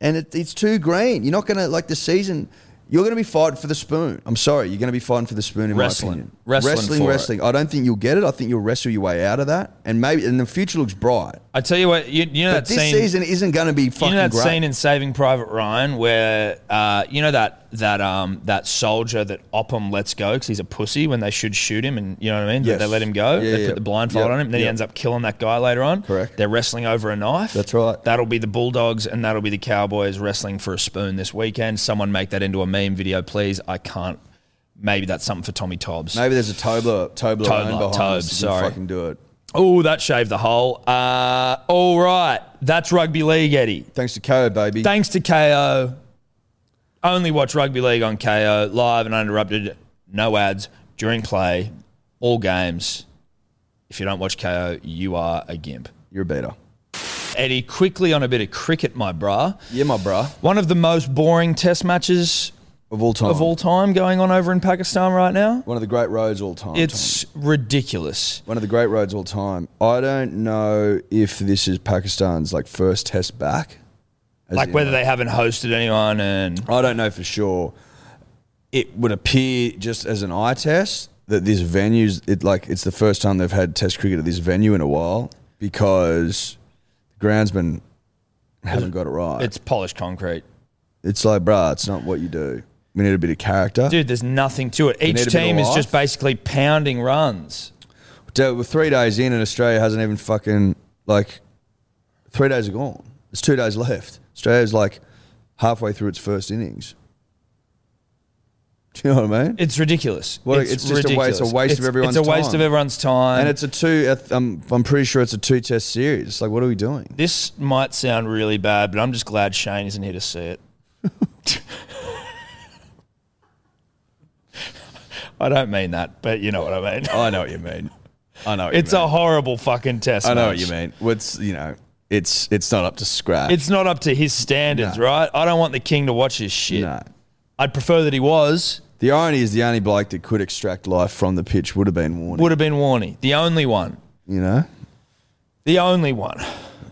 S3: And it, it's too green. You're not gonna like the season. You're gonna be fighting for the spoon. I'm sorry, you're gonna be fighting for the spoon in
S2: Wrestling.
S3: my opinion.
S2: Wrestling
S3: wrestling,
S2: for it.
S3: wrestling. I don't think you'll get it. I think you'll wrestle your way out of that. And maybe and the future looks bright.
S2: I tell you what, you, you know that
S3: But this
S2: scene.
S3: season isn't gonna be fucking
S2: you know that
S3: great.
S2: scene in Saving Private Ryan where uh, you know that that um, that soldier that Oppum lets go because he's a pussy when they should shoot him, and you know what I mean. They-
S3: Yes.
S2: They let him go.
S3: Yeah,
S2: they
S3: yeah.
S2: put the blindfold
S3: Yeah,
S2: on him. Then he
S3: yeah.
S2: ends up killing that guy later on.
S3: Correct.
S2: They're wrestling over a knife.
S3: That's right.
S2: That'll be the Bulldogs and that'll be the Cowboys wrestling for a spoon this weekend. Someone make that into a meme video, please. I can't. Maybe that's something for Tommy Tobbs.
S3: Maybe there's a Tobler, Tobler,
S2: Tobler,
S3: behind
S2: Tobe,
S3: us. to
S2: sorry.
S3: fucking do it.
S2: Oh, that shaved the hole. Uh, all right, that's rugby league, Eddie.
S3: Thanks to KO, baby.
S2: Thanks to KO. Only watch rugby league on KO live and uninterrupted, no ads during play, all games. If you don't watch KO, you are a gimp.
S3: You're a beater.
S2: Eddie, quickly on a bit of cricket, my brah.
S3: Yeah, my bruh.
S2: One of the most boring test matches
S3: Of all time.
S2: of all time going on over in Pakistan right now.
S3: One of the great roads all time. Tom.
S2: It's ridiculous.
S3: one of the great roads all time. I don't know if this is Pakistan's like first test back. As
S2: Like
S3: in,
S2: whether they haven't hosted anyone and
S3: I don't know for sure. It would appear just as an eye test that this venue's it like it's the first time they've had test cricket at this venue in a while because the groundsman hasn't got it right.
S2: it's polished concrete.
S3: It's like, bruh, it's not what you do. We need a bit of character.
S2: Dude, there's nothing to it.
S3: need
S2: Each
S3: a bit of
S2: team is
S3: life.
S2: just basically pounding runs.
S3: Dude, we're uh, three days in, and Australia hasn't even fucking like three days are gone. There's two days left. Australia's like halfway through its first innings. Do you know what I mean?
S2: It's ridiculous.
S3: Well, it's just a
S2: ridiculous.
S3: waste- a waste of
S2: It's-
S3: everyone's
S2: It's a waste
S3: time.
S2: of everyone's time.
S3: and it's a two. I'm, I'm pretty sure it's a two test series. It's Like, what are we doing?
S2: this might sound really bad, but I'm just glad Shane isn't here to see it. I don't mean that, but you know what I mean.
S3: I know what you mean. I know. What
S2: It's a horrible fucking test.
S3: I know
S2: match.
S3: what you mean. It's you know, it's it's not up to scratch.
S2: It's not up to his standards,
S3: No.
S2: right? I don't want the king to watch his shit.
S3: No.
S2: I'd prefer that he was.
S3: the irony is the only bloke that could extract life from the pitch would have been warning.
S2: Would have been Warney, the only one,
S3: you know.
S2: the only one.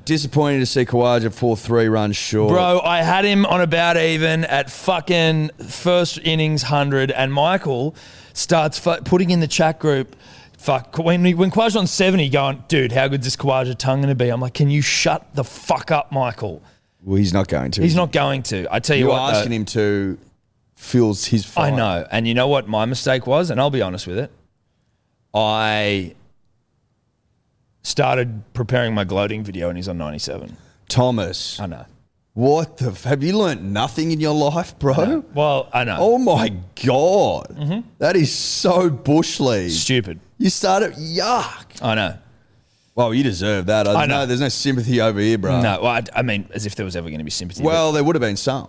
S3: Disappointed to see Kawaja fall three runs short.
S2: Bro, I had him on about even at fucking first innings 100, and Michael starts fu- putting in the chat group. Fuck, when, we- when Kwajon's 70, going, dude, how good's this Kwaja tongue going to be? I'm like, can you shut the fuck up, Michael?
S3: Well, he's not going to.
S2: He's not going to. I tell you
S3: You're
S2: what. though,
S3: asking him to fuels his
S2: I
S3: fire.
S2: know. And you know what my mistake was? And I'll be honest with it. I started preparing my gloating video, and he's on 97.
S3: Thomas,
S2: I know.
S3: what the? F- have you learnt nothing in your life, bro?
S2: Well, I know.
S3: Oh my god,
S2: Mm-hmm.
S3: That is so bush league.
S2: Stupid.
S3: You started yuck.
S2: I know.
S3: Well, you deserve that. I,
S2: I know.
S3: know. there's no sympathy over here, bro.
S2: No, well, I, I mean, as if there was ever going to be sympathy. Well,
S3: Well, there would have been some.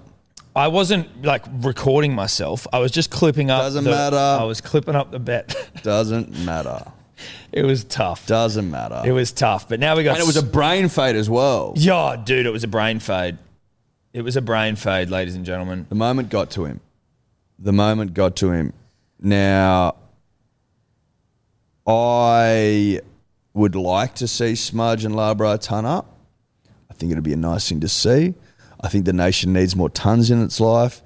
S2: I wasn't like recording myself. I was just clipping up.
S3: Doesn't
S2: the-
S3: matter.
S2: I was clipping up the bet.
S3: Doesn't matter.
S2: it was tough.
S3: Doesn't matter.
S2: It was tough. But now we got.
S3: and it was a brain fade as well.
S2: yeah, dude. It was a brain fade. It was a brain fade, ladies and gentlemen.
S3: The moment got to him. The moment got to him. Now, I would like to see Smudge and Labra ton up. I think it'd be a nice thing to see. I think the nation needs more tons in its life.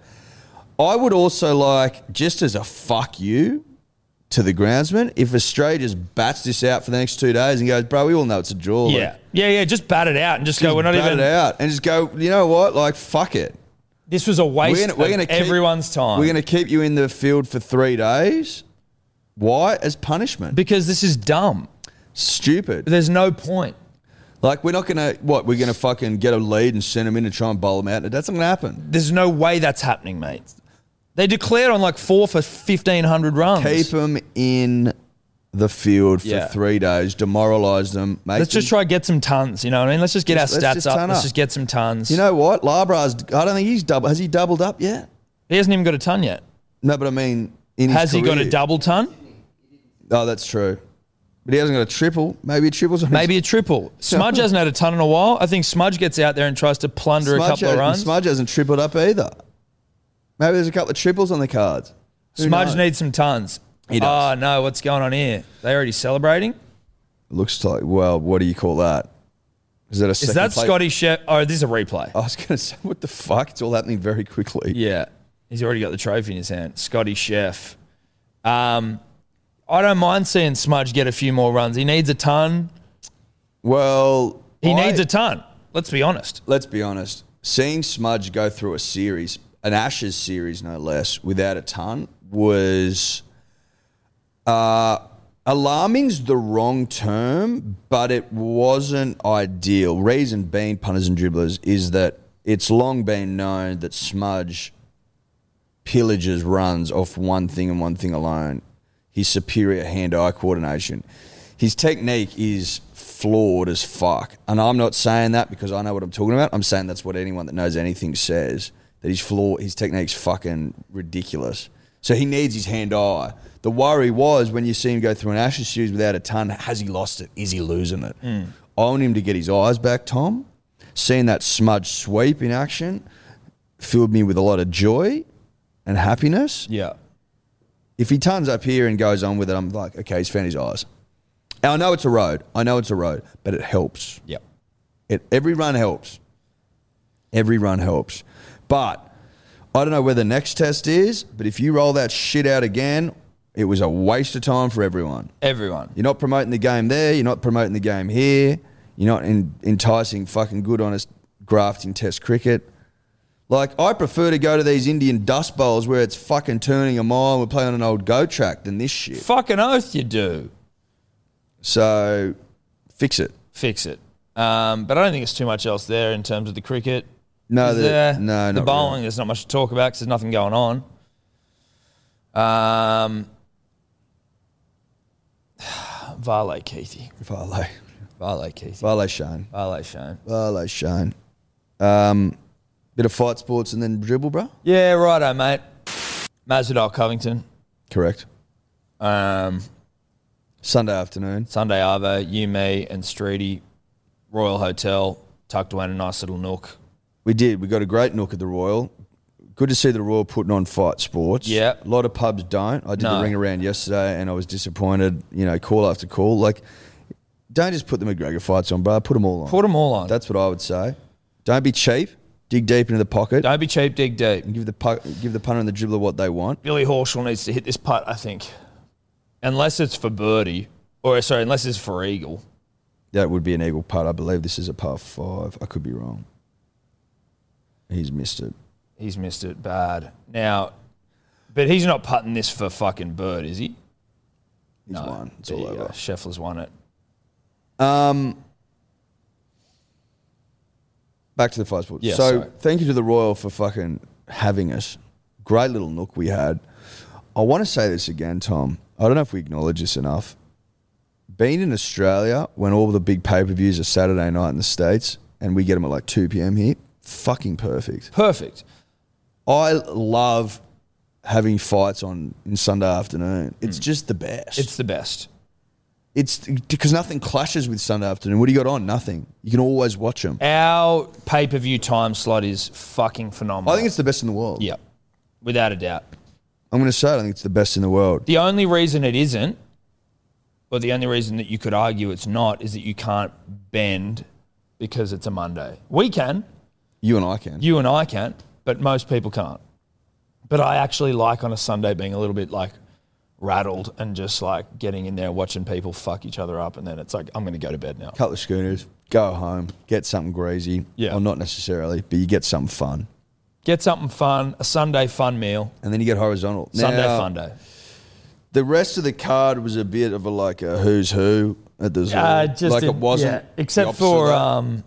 S3: I would also like, just as a fuck you to the groundsman, if Australia just bats this out for the next two days and goes, bro, we all know it's a draw. like,
S2: Yeah, yeah, yeah. Just bat it out and just, go. We're not
S3: bat
S2: even.
S3: it out and just go, you know what? Like, fuck it.
S2: This was a waste
S3: We're gonna, we're
S2: of
S3: gonna keep,
S2: everyone's time.
S3: We're going to keep you in the field for three days. Why? As punishment.
S2: because this is dumb.
S3: Stupid.
S2: There's no point.
S3: Like, we're not going to, what? We're going to fucking get a lead and send them in to try and bowl them out. That's not going to happen.
S2: There's no way that's happening, mate. They declared on like four for fifteen hundred runs.
S3: Keep them in the field for
S2: Yeah.
S3: three days, demoralize them. Make
S2: Let's just
S3: them-
S2: try and get some tons. You know what I mean? Let's just get
S3: Let's-
S2: our
S3: let's just
S2: stats up.
S3: ton
S2: Let's
S3: up.
S2: just get some tons.
S3: You know what? Labra's, I don't think he's double. Has he doubled up yet?
S2: he hasn't even got a ton yet.
S3: No, but I mean, in his
S2: Has he got a
S3: career.
S2: double ton?
S3: Oh, that's true. But he hasn't got a triple. Maybe a triple's on his-
S2: Maybe a triple. Smudge hasn't had a ton in a while. I think Smudge gets out there and tries to plunder a
S3: Smudge
S2: couple of
S3: hasn't-
S2: runs. Smudge,
S3: Smudge hasn't tripled up either. Maybe there's a couple of triples on the cards. Who knows?
S2: needs some tons.
S3: He does.
S2: Oh no, what's going on here? They already celebrating?
S3: Looks like, well, what do you call that? Is that a second
S2: Is that
S3: plate-
S2: Scotty Shep? Oh, this is a replay.
S3: I was going to say, what the fuck? It's all happening very quickly.
S2: Yeah. He's already got the trophy in his hand. Scotty Chef. Um, I don't mind seeing Smudge get a few more runs. He needs a ton.
S3: Well,
S2: He
S3: I-
S2: needs a ton. Let's be honest.
S3: Let's be honest. Seeing Smudge go through a series, an Ashes series, no less, without a ton was uh, alarming's the wrong term, but it wasn't ideal. Reason being, punters and dribblers, is that it's long been known that Smudge pillages runs off one thing and one thing alone his superior hand eye coordination. His technique is flawed as fuck. And I'm not saying that because I know what I'm talking about. I'm saying that's what anyone that knows anything says that his flaw, his technique's fucking ridiculous. So he needs his hand eye. The worry was when you see him go through an Ashes series without a ton, has he lost it? Is he losing it? I want him to get his eyes back, Tom. Seeing that smudge sweep in action filled me with a lot of joy and happiness
S2: Yeah.
S3: if he turns up here and goes on with it, I'm like, okay, he's found his eyes. And I know it's a road. I know it's a road, but it helps.
S2: Yep.
S3: It every run helps. Every run helps. But I don't know where the next test is, but if you roll that shit out again, it was a waste of time for everyone.
S2: Everyone.
S3: You're not promoting the game there. You're not promoting the game here. You're not en- enticing fucking good, honest grafting test cricket. Like, I prefer to go to these Indian dust bowls where it's fucking turning a mile and we're playing on an old go track than this shit.
S2: Fucking oath you do.
S3: So, fix it.
S2: Fix it. Um, but I don't think it's too much else there in terms of the cricket.
S3: No,
S2: Is
S3: the,
S2: there?
S3: no,
S2: the
S3: not
S2: bowling.
S3: really.
S2: There's not much to talk about because there's nothing going on. Um, Varley Keithy,
S3: Vale.
S2: Varley Keithy,
S3: Vale Shane.
S2: Varley Shane.
S3: Vale Shane. Um, bit of fight sports and then dribble, bro?
S2: Yeah, righto, mate. Masvidal Covington,
S3: Correct.
S2: um,
S3: Sunday afternoon.
S2: Sunday Arvo, you, me, and Streety, Royal Hotel, tucked away in a nice little nook.
S3: We did. We got a great nook at the Royal. Good to see the Royal putting on fight sports.
S2: Yeah.
S3: A lot of pubs don't. I did
S2: No.
S3: the ring around yesterday and I was disappointed, you know, call after call. Like, don't just put the McGregor fights on, bro. Put them all on.
S2: Put them all on.
S3: That's what I would say. Don't be cheap. Dig deep into the pocket.
S2: Don't be cheap, dig deep.
S3: And give the pu- give the punter and the dribbler what they want.
S2: Billy Horschel needs to hit this putt, I think. Unless it's for birdie, or sorry, unless it's for eagle.
S3: That would be an eagle putt. I believe this is a par five. I could be wrong. He's missed it.
S2: He's missed it bad. Now, but he's not putting this for fucking bird, is he?
S3: He's won. It's
S2: There
S3: all
S2: you go.
S3: over.
S2: Scheffler's won it.
S3: Um, back to the fight sports.
S2: Yeah,
S3: so
S2: sorry.
S3: thank you to the Royal for fucking having us. Great little nook we had. I want to say this again, Tom. I don't know if we acknowledge this enough. Being in Australia when all the big pay per views are Saturday night in the States and we get them at like 2 p.m. here, fucking perfect.
S2: Perfect.
S3: I love having fights on in Sunday afternoon. It's just the best.
S2: Mm. It's the best.
S3: It's because nothing clashes with Sunday afternoon. What do you got on? Nothing. You can always watch them.
S2: Our pay per view time slot is fucking phenomenal.
S3: I think it's the best in the world.
S2: yeah, without a doubt.
S3: I'm going to say it. I think it's the best in the world.
S2: The only reason it isn't, or the only reason that you could argue it's not, is that you can't bend because it's a Monday. We can,
S3: You and I can.
S2: you and I can, but most people can't. But I actually like on a Sunday being a little bit like rattled and just like getting in there watching people fuck each other up, and then it's like I'm going to go to bed now.
S3: couple of schooners, go home, get something greasy.
S2: Yeah.
S3: Or not necessarily, but you get something fun.
S2: Get something fun, a Sunday fun meal,
S3: And then you get horizontal.
S2: Sunday
S3: Now,
S2: fun day.
S3: The rest of the card was a bit of a like a who's who at the zoo.
S2: Uh, just
S3: like
S2: a-
S3: it wasn't.
S2: yeah,
S3: the
S2: except
S3: opposite of
S2: for
S3: that.
S2: um,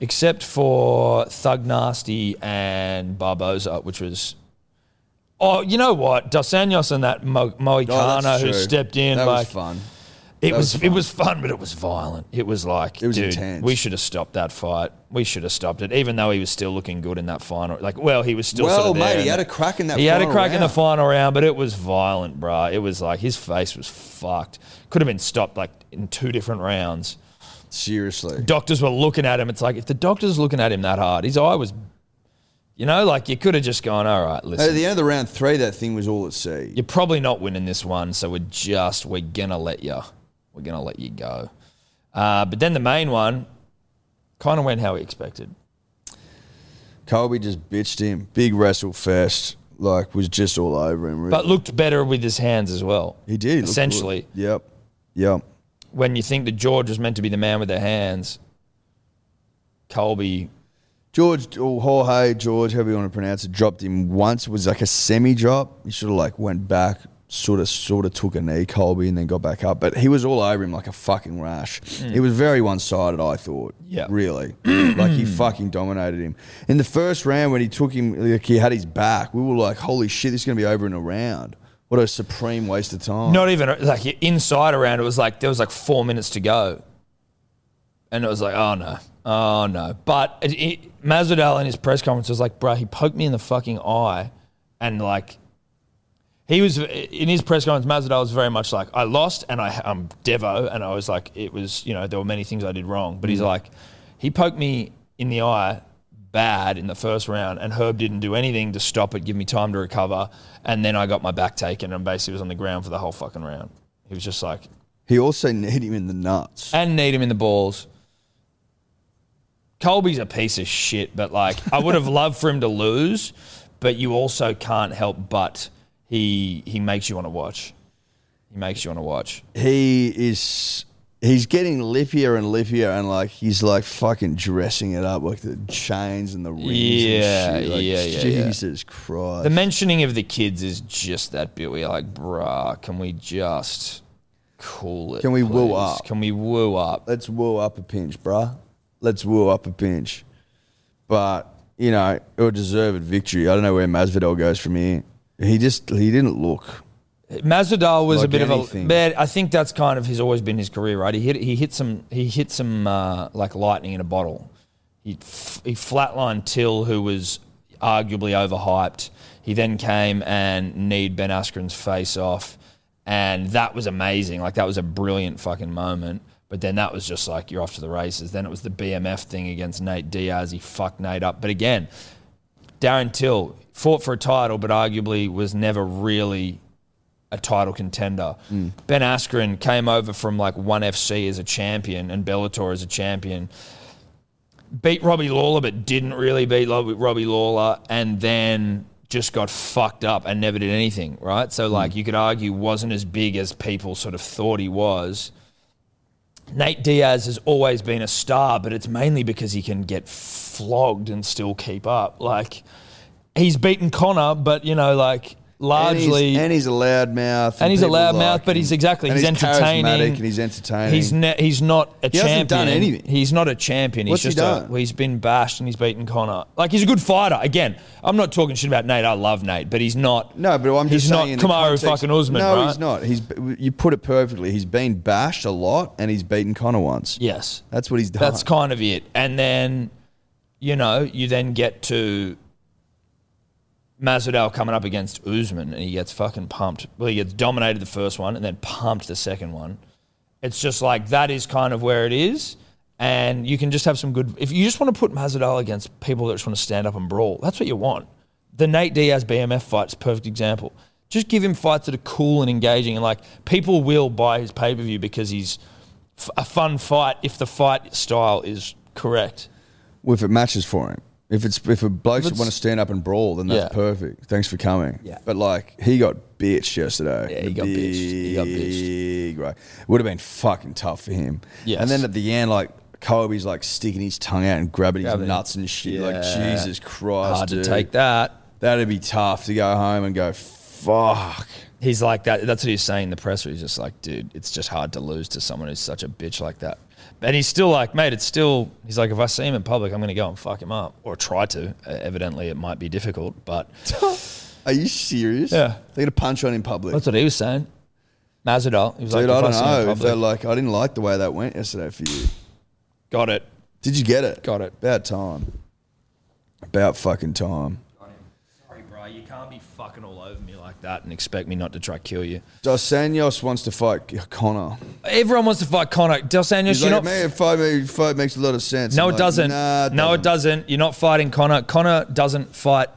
S2: except for Thug Nasty and Barboza, which was. Oh, you know what? Dos Anjos and that Mo-
S3: Oh, that's
S2: Moicano who
S3: true.
S2: stepped in,
S3: That
S2: like
S3: was fun.
S2: it
S3: that
S2: was,
S3: was
S2: it was fun, but it was violent. It was like,
S3: It was
S2: dude,
S3: intense.
S2: we should have stopped that fight. We should have stopped it, even though he was still looking good in that final. Like, well, he was still.
S3: Well,
S2: sort of there
S3: mate,
S2: in
S3: he had
S2: that-
S3: a crack in that.
S2: he had a
S3: final
S2: crack in the
S3: round.
S2: final round, but it was violent, bruh. It was like his face was fucked. Could have been stopped like in two different rounds.
S3: Seriously,
S2: Doctors were looking at him. It's like if the doctor's looking at him that hard, his eye was, you know, like you could have just gone, all right,
S3: at
S2: listen,
S3: the end of the round three, that thing was all at sea.
S2: you're probably not winning this one, so we're just we're gonna let you, we're gonna let you go. Uh, but then the main one kind of went how we expected.
S3: Colby just bitched him. Big wrestle fest, like was just all over him. Really.
S2: But looked better with his hands as well.
S3: he did he looked good.
S2: Essentially,
S3: Yep, yep.
S2: when you think that George was meant to be the man with the hands, Colby
S3: George or Jorge George, however you want to pronounce it, dropped him once. It was like a semi drop. He sort of like went back, sort of sort of took a knee, Colby, and then got back up. But he was all over him like a fucking rash. It was very one sided. I thought,
S2: Mm. Yeah.
S3: really, like he fucking dominated him in the first round when he took him. Like he had his back. We were like, holy shit, this is gonna be over in a round. What a supreme waste of time.
S2: Not even like inside around. It was like there was like four minutes to go, and it was like, oh no, oh no. But it, it, Masvidal in his press conference was like, bruh, he poked me in the fucking eye, and like he was in his press conference. Masvidal was very much like, I lost, and I I'm Devo, and I was like, it was you know there were many things I did wrong, but he's like, he poked me in the eye. Bad in the first round, and Herb didn't do anything to stop it, give me time to recover, and then I got my back taken and basically was on the ground for the whole fucking round. He was just like,
S3: He also need him in the nuts.
S2: and need him in the balls. Colby's a piece of shit, but like I would have loved for him to lose, but you also can't help but he he makes you want to watch. He makes you want to watch.
S3: he is he's getting lippier and lippier and like he's like fucking dressing it up like the chains and the rings
S2: Yeah,
S3: and shit. Like,
S2: yeah, yeah, yeah.
S3: jesus christ
S2: The mentioning of the kids is just that bit where you're like, bruh, can we just cool it?
S3: Can we woo
S2: please?
S3: up?"
S2: Can we woo up?
S3: let's woo up a pinch bruh let's woo up a pinch but you know it was deserved victory i don't know where masvidal goes from here he just he didn't look
S2: Masvidal was a
S3: Like
S2: bit
S3: anything.
S2: of a man. I think that's kind of he's always been his career, right? He hit he hit some he hit some uh, like lightning in a bottle. He f- he flatlined Till, who was arguably overhyped. He then came and kneed Ben Askren's face off, and that was amazing. Like that was a brilliant fucking moment. But then that was just like you're off to the races. Then it was the BMF thing against Nate Diaz. He fucked Nate up. But again, Darren Till fought for a title, but arguably was never really a title contender.
S3: Mm.
S2: Ben Askren came over from like ONE FC as a champion and Bellator as a champion. Beat Robbie Lawler, but didn't really beat Lo- Robbie Lawler, and then just got fucked up and never did anything. Right, so
S3: Mm.
S2: like you could argue wasn't as big as people sort of thought he was. Nate Diaz has always been a star, but it's mainly because he can get flogged and still keep up. Like he's beaten Connor, but you know, like largely
S3: and he's, and he's a loud mouth
S2: and he's a loudmouth, but he's exactly he's, entertaining
S3: charismatic and he's entertaining
S2: He's ne- he's not a champion.
S3: hasn't done anything.
S2: He's not a champion. He's
S3: What's he
S2: just a-
S3: done?
S2: he's been bashed and he's beaten Connor. Like he's a good fighter. Again, I'm not talking shit about Nate. I love Nate, but he's not.
S3: No, but I'm
S2: he's
S3: just
S2: not
S3: saying in the
S2: Kamaru
S3: context-
S2: fucking Usman.
S3: No,
S2: right?
S3: he's not. He's you put it perfectly. He's been bashed a lot, and he's beaten Connor once.
S2: Yes,
S3: That's what he's done.
S2: that's kind of it. And then, you know, you then get to Masvidal coming up against Usman, and he gets fucking pumped. Well, he gets dominated the first one, and then pumped the second one. It's just like that is kind of where it is, and you can just have some good. If you just want to put Masvidal against people that just want to stand up and brawl, that's what you want. The Nate Diaz BMF fight's a perfect example. Just give him fights that are cool and engaging, and like people will buy his pay per view because he's f- a fun fight if the fight style is correct.
S3: if it matches for him. If it's if a bloke
S2: it's-
S3: want to stand up and brawl, then that's
S2: Yeah.
S3: perfect. Thanks for coming.
S2: Yeah.
S3: But like he got bitched yesterday.
S2: Yeah, he got bitched. He got bitched.
S3: Big way. Would have been fucking tough for him.
S2: Yes.
S3: And then at the end, like Kobe's like sticking his tongue out and grabbing
S2: Grabbing-
S3: his nuts and shit. Like
S2: Yeah.
S3: Jesus Christ,
S2: Hard to
S3: dude.
S2: take that.
S3: That'd be tough to go home and go fuck.
S2: He's like that. That's what he's saying in the press. Where he's just like, dude, it's just hard to lose to someone who's such a bitch like that. And he's still like, mate, it's still. He's like, if I see him in public, I'm going to go and fuck him up or try to. Uh, evidently, it might be difficult, but
S3: Are you serious?
S2: Yeah.
S3: They're gonna punch on in public.
S2: that's what he was saying. Masvidal, he was
S3: Dude,
S2: like,
S3: I
S2: if
S3: don't
S2: see him in
S3: know. If
S2: public-
S3: they're like, I didn't like the way that went yesterday for you.
S2: got it.
S3: Did you get it?
S2: Got it.
S3: About time. About fucking time.
S2: Sorry, bro, you can't be fucking all over me like that and expect me not to try kill you.
S3: Dos Anjos wants to fight Connor.
S2: Everyone wants to fight Conor Dos Anjos.
S3: He's
S2: You're
S3: like,
S2: not
S3: man, fight, fight makes a lot of sense.
S2: No,
S3: I'm
S2: it
S3: like,
S2: doesn't.
S3: Nah,
S2: no, it doesn't. You're not fighting Connor. Connor doesn't fight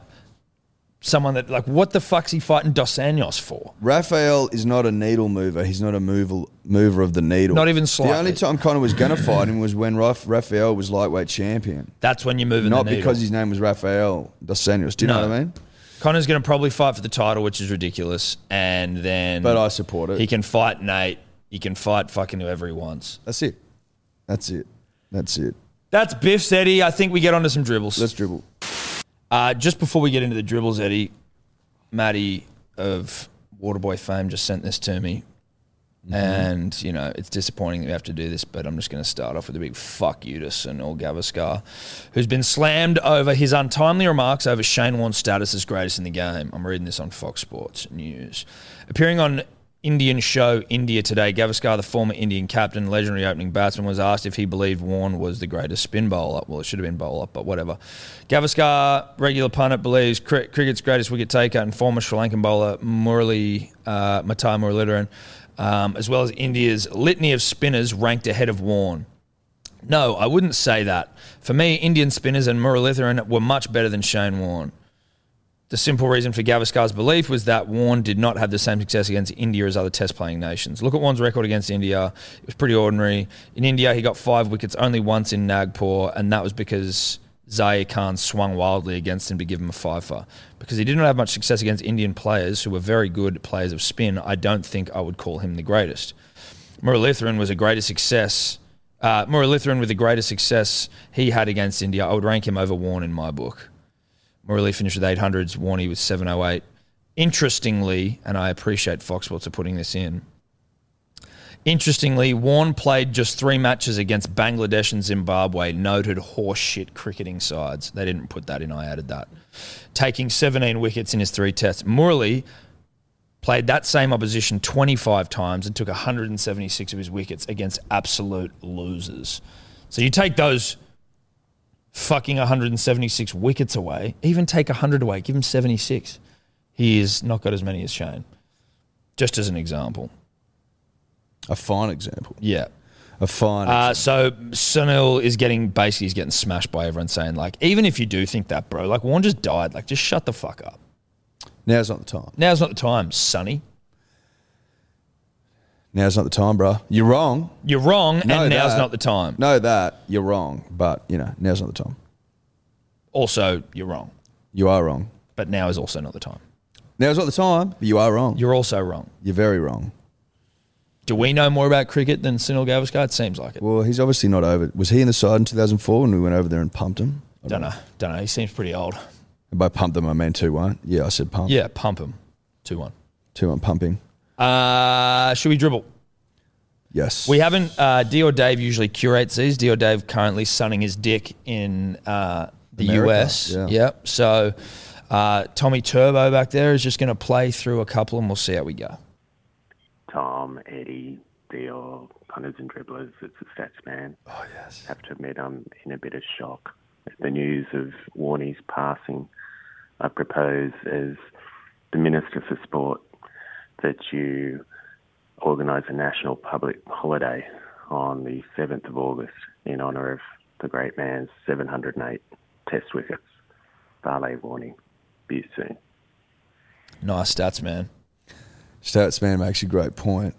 S2: someone that like what the fuck's he fighting Dos Anjos for?
S3: Raphael is not a needle mover. He's not a mover, mover of the needle.
S2: Not even slightly.
S3: The only time Connor was going to fight him was when Raf- Raphael was lightweight champion.
S2: That's when you're moving.
S3: Not
S2: the needle.
S3: because his name was Raphael Dos Anjos. Do you know
S2: No.
S3: what I mean?
S2: Connor's going to probably fight for the title, which is ridiculous. And then,
S3: But I support it.
S2: he can fight Nate. He can fight fucking whoever he wants.
S3: That's it. That's it. That's it.
S2: That's Biff's Eddie. I think we get onto some dribbles.
S3: Let's dribble.
S2: Uh, just before we get into the dribbles, Eddie, Matty of Waterboy fame just sent this to me. And, you know, it's disappointing that we have to do this, but I'm just going to start off with a big fuck you to Sunil Gavaskar, who's been slammed over his untimely remarks over Shane Warne's status as greatest in the game. I'm reading this on Fox Sports News. Appearing on Indian show India Today, Gavaskar, the former Indian captain, legendary opening batsman, was asked if he believed Warren was the greatest spin bowler. Well, it should have been bowler, but whatever. Gavaskar, regular pundit, believes cri- cricket's greatest wicket taker and former Sri Lankan bowler Murali uh, Matai Muralidharan, um, as well as India's litany of spinners ranked ahead of Warren. No, I wouldn't say that. For me, Indian spinners and Muralitharan were much better than Shane Warne. The simple reason for Gavaskar's belief was that Warren did not have the same success against India as other test playing nations. Look at Warren's record against India. It was pretty ordinary. In India, he got five wickets only once in Nagpur, and that was because Zaire Khan swung wildly against him to give him a fifer. Because he did not have much success against Indian players who were very good players of spin, I don't think I would call him the greatest. Muralitharan was a greater success. Uh, Muralitharan with the greatest success he had against India, I would rank him over Warren in my book. Morelli finished with 800s. Warney with 708. Interestingly, and I appreciate Fox Sports for putting this in. Interestingly, Warren played just three matches against Bangladesh and Zimbabwe, noted horseshit cricketing sides. They didn't put that in, I added that. Taking 17 wickets in his three tests. Morley played that same opposition 25 times and took 176 of his wickets against absolute losers. So you take those fucking 176 wickets away, even take 100 away, give him 76. He has not got as many as Shane. Just as an example.
S3: A fine example.
S2: Yeah.
S3: A fine.
S2: Uh, so Sunil is getting basically he's getting smashed by everyone saying like even if you do think that bro like Warren just died like just shut the fuck up
S3: Now's not the time.
S2: now's not the time Sonny
S3: Now's not the time, bro. You're wrong.
S2: you're wrong
S3: Know
S2: and now's
S3: that.
S2: not the time
S3: Know that you're wrong, but you know now's not the time.
S2: also you're wrong
S3: You are wrong.
S2: but now is also not the time
S3: Now's not the time, but you are wrong. You're,
S2: you're also wrong
S3: very wrong.
S2: do we know more about cricket than Sunil Gavaskar it seems like it
S3: Well, he's obviously not over. it. Was he in the side in 2004 when we went over there and pumped him? I
S2: don't know don't know he seems pretty old
S3: And by pumped him, I meant two one. Yeah, I said pump.
S2: yeah pump him 2-1
S3: two one pumping.
S2: Uh, should we dribble?
S3: Yes.
S2: We haven't. Uh, D or Dave usually curates these. D or Dave currently sunning his dick in uh, the
S3: America,
S2: US.
S3: yeah.
S2: Yep. So uh, Tommy Turbo back there is just going to play through a couple, and we'll see how we go.
S5: Tom, Eddie, Deal, punters and dribblers. It's a stats man. Oh yes. Have to admit, I'm in a bit of shock at the news of Warney's passing. I propose, as the Minister for Sport, that you organise a national public holiday on the 7th of August in honour of the great man's 708 Test wickets. Vale Warney. Be soon.
S2: Nice stats, man.
S3: Stats man makes a great point.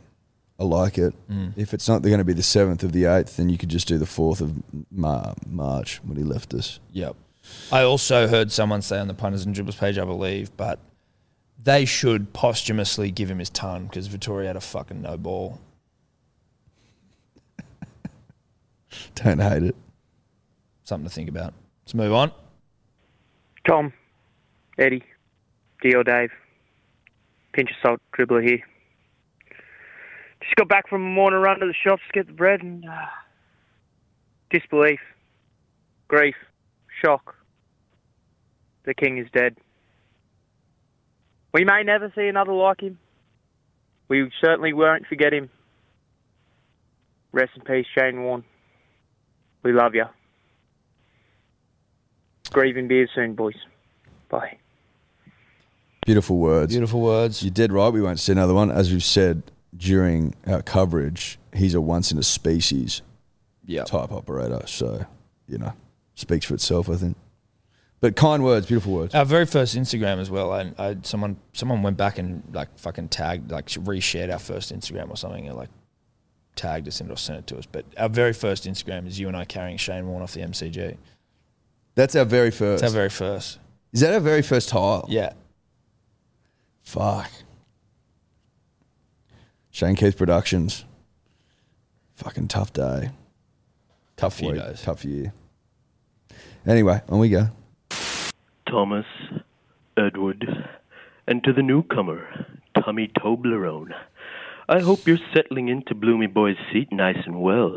S3: I like it.
S2: Mm.
S3: If it's not going to be the seventh of the eighth, then you could just do the fourth of Mar- March when he left us.
S2: Yep. I also heard someone say on the punters and dribblers page, I believe, but they should posthumously give him his ton because Vittoria had a fucking no ball.
S3: Don't hate it.
S2: Something to think about. Let's move on.
S6: Tom, Eddie, D or Dave, pinch of salt dribbler here. Just got back from a morning run to the shops to get the bread and uh, disbelief, grief, shock. The king is dead. We may never see another like him. We certainly won't forget him. Rest in peace, Shane Warne. We love you. Grieving beers soon, boys. Bye.
S3: Beautiful words.
S2: Beautiful words.
S3: You're dead right. We won't see another one. As we've said during our coverage, he's a once in a species
S2: Yeah.
S3: type operator. So, you know, speaks for itself, I think. But kind words, beautiful words.
S2: Our very first Instagram as well. I, I someone someone went back and like fucking tagged, like reshared our first Instagram or something, and like tagged us in it or sent it to us. But our very first Instagram is you and I carrying Shane Warne off the MCG.
S3: That's our very first.
S2: It's our very first. Oh.
S3: Is that our very first tile?
S2: Yeah.
S3: Fuck. Shane Keith Productions. Fucking tough day.
S2: Tough few
S3: Week.
S2: days.
S3: Tough year. Anyway, on we go.
S7: Thomas, Edward, and to the newcomer, Tommy Toblerone. I hope you're settling into Bloomy Boy's seat nice and well.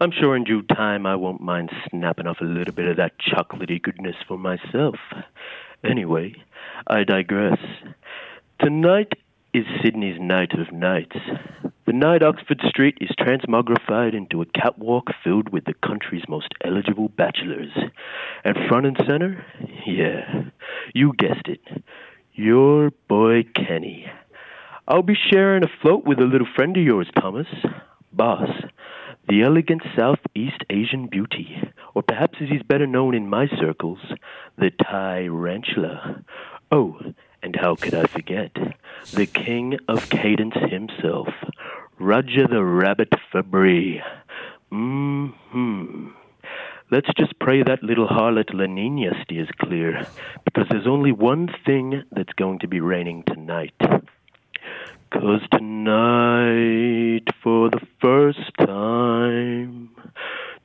S7: I'm sure in due time I won't mind snapping off a little bit of that chocolatey goodness for myself. Anyway, I digress. Tonight is Sydney's night of nights. The night Oxford Street is transmogrified into a catwalk filled with the country's most eligible bachelors. And front and center, yeah, you guessed it, your boy Kenny. I'll be sharing a float with a little friend of yours, Thomas. Boss, the elegant Southeast Asian beauty, or perhaps as he's better known in my circles, the Tyrantula. Oh, and how could I forget? The king of cadence himself, Roger the Rabbit Fabri. hmm Let's just pray that little harlot La Nina steers clear, because there's only one thing that's going to be raining tonight. Cause tonight, for the first time,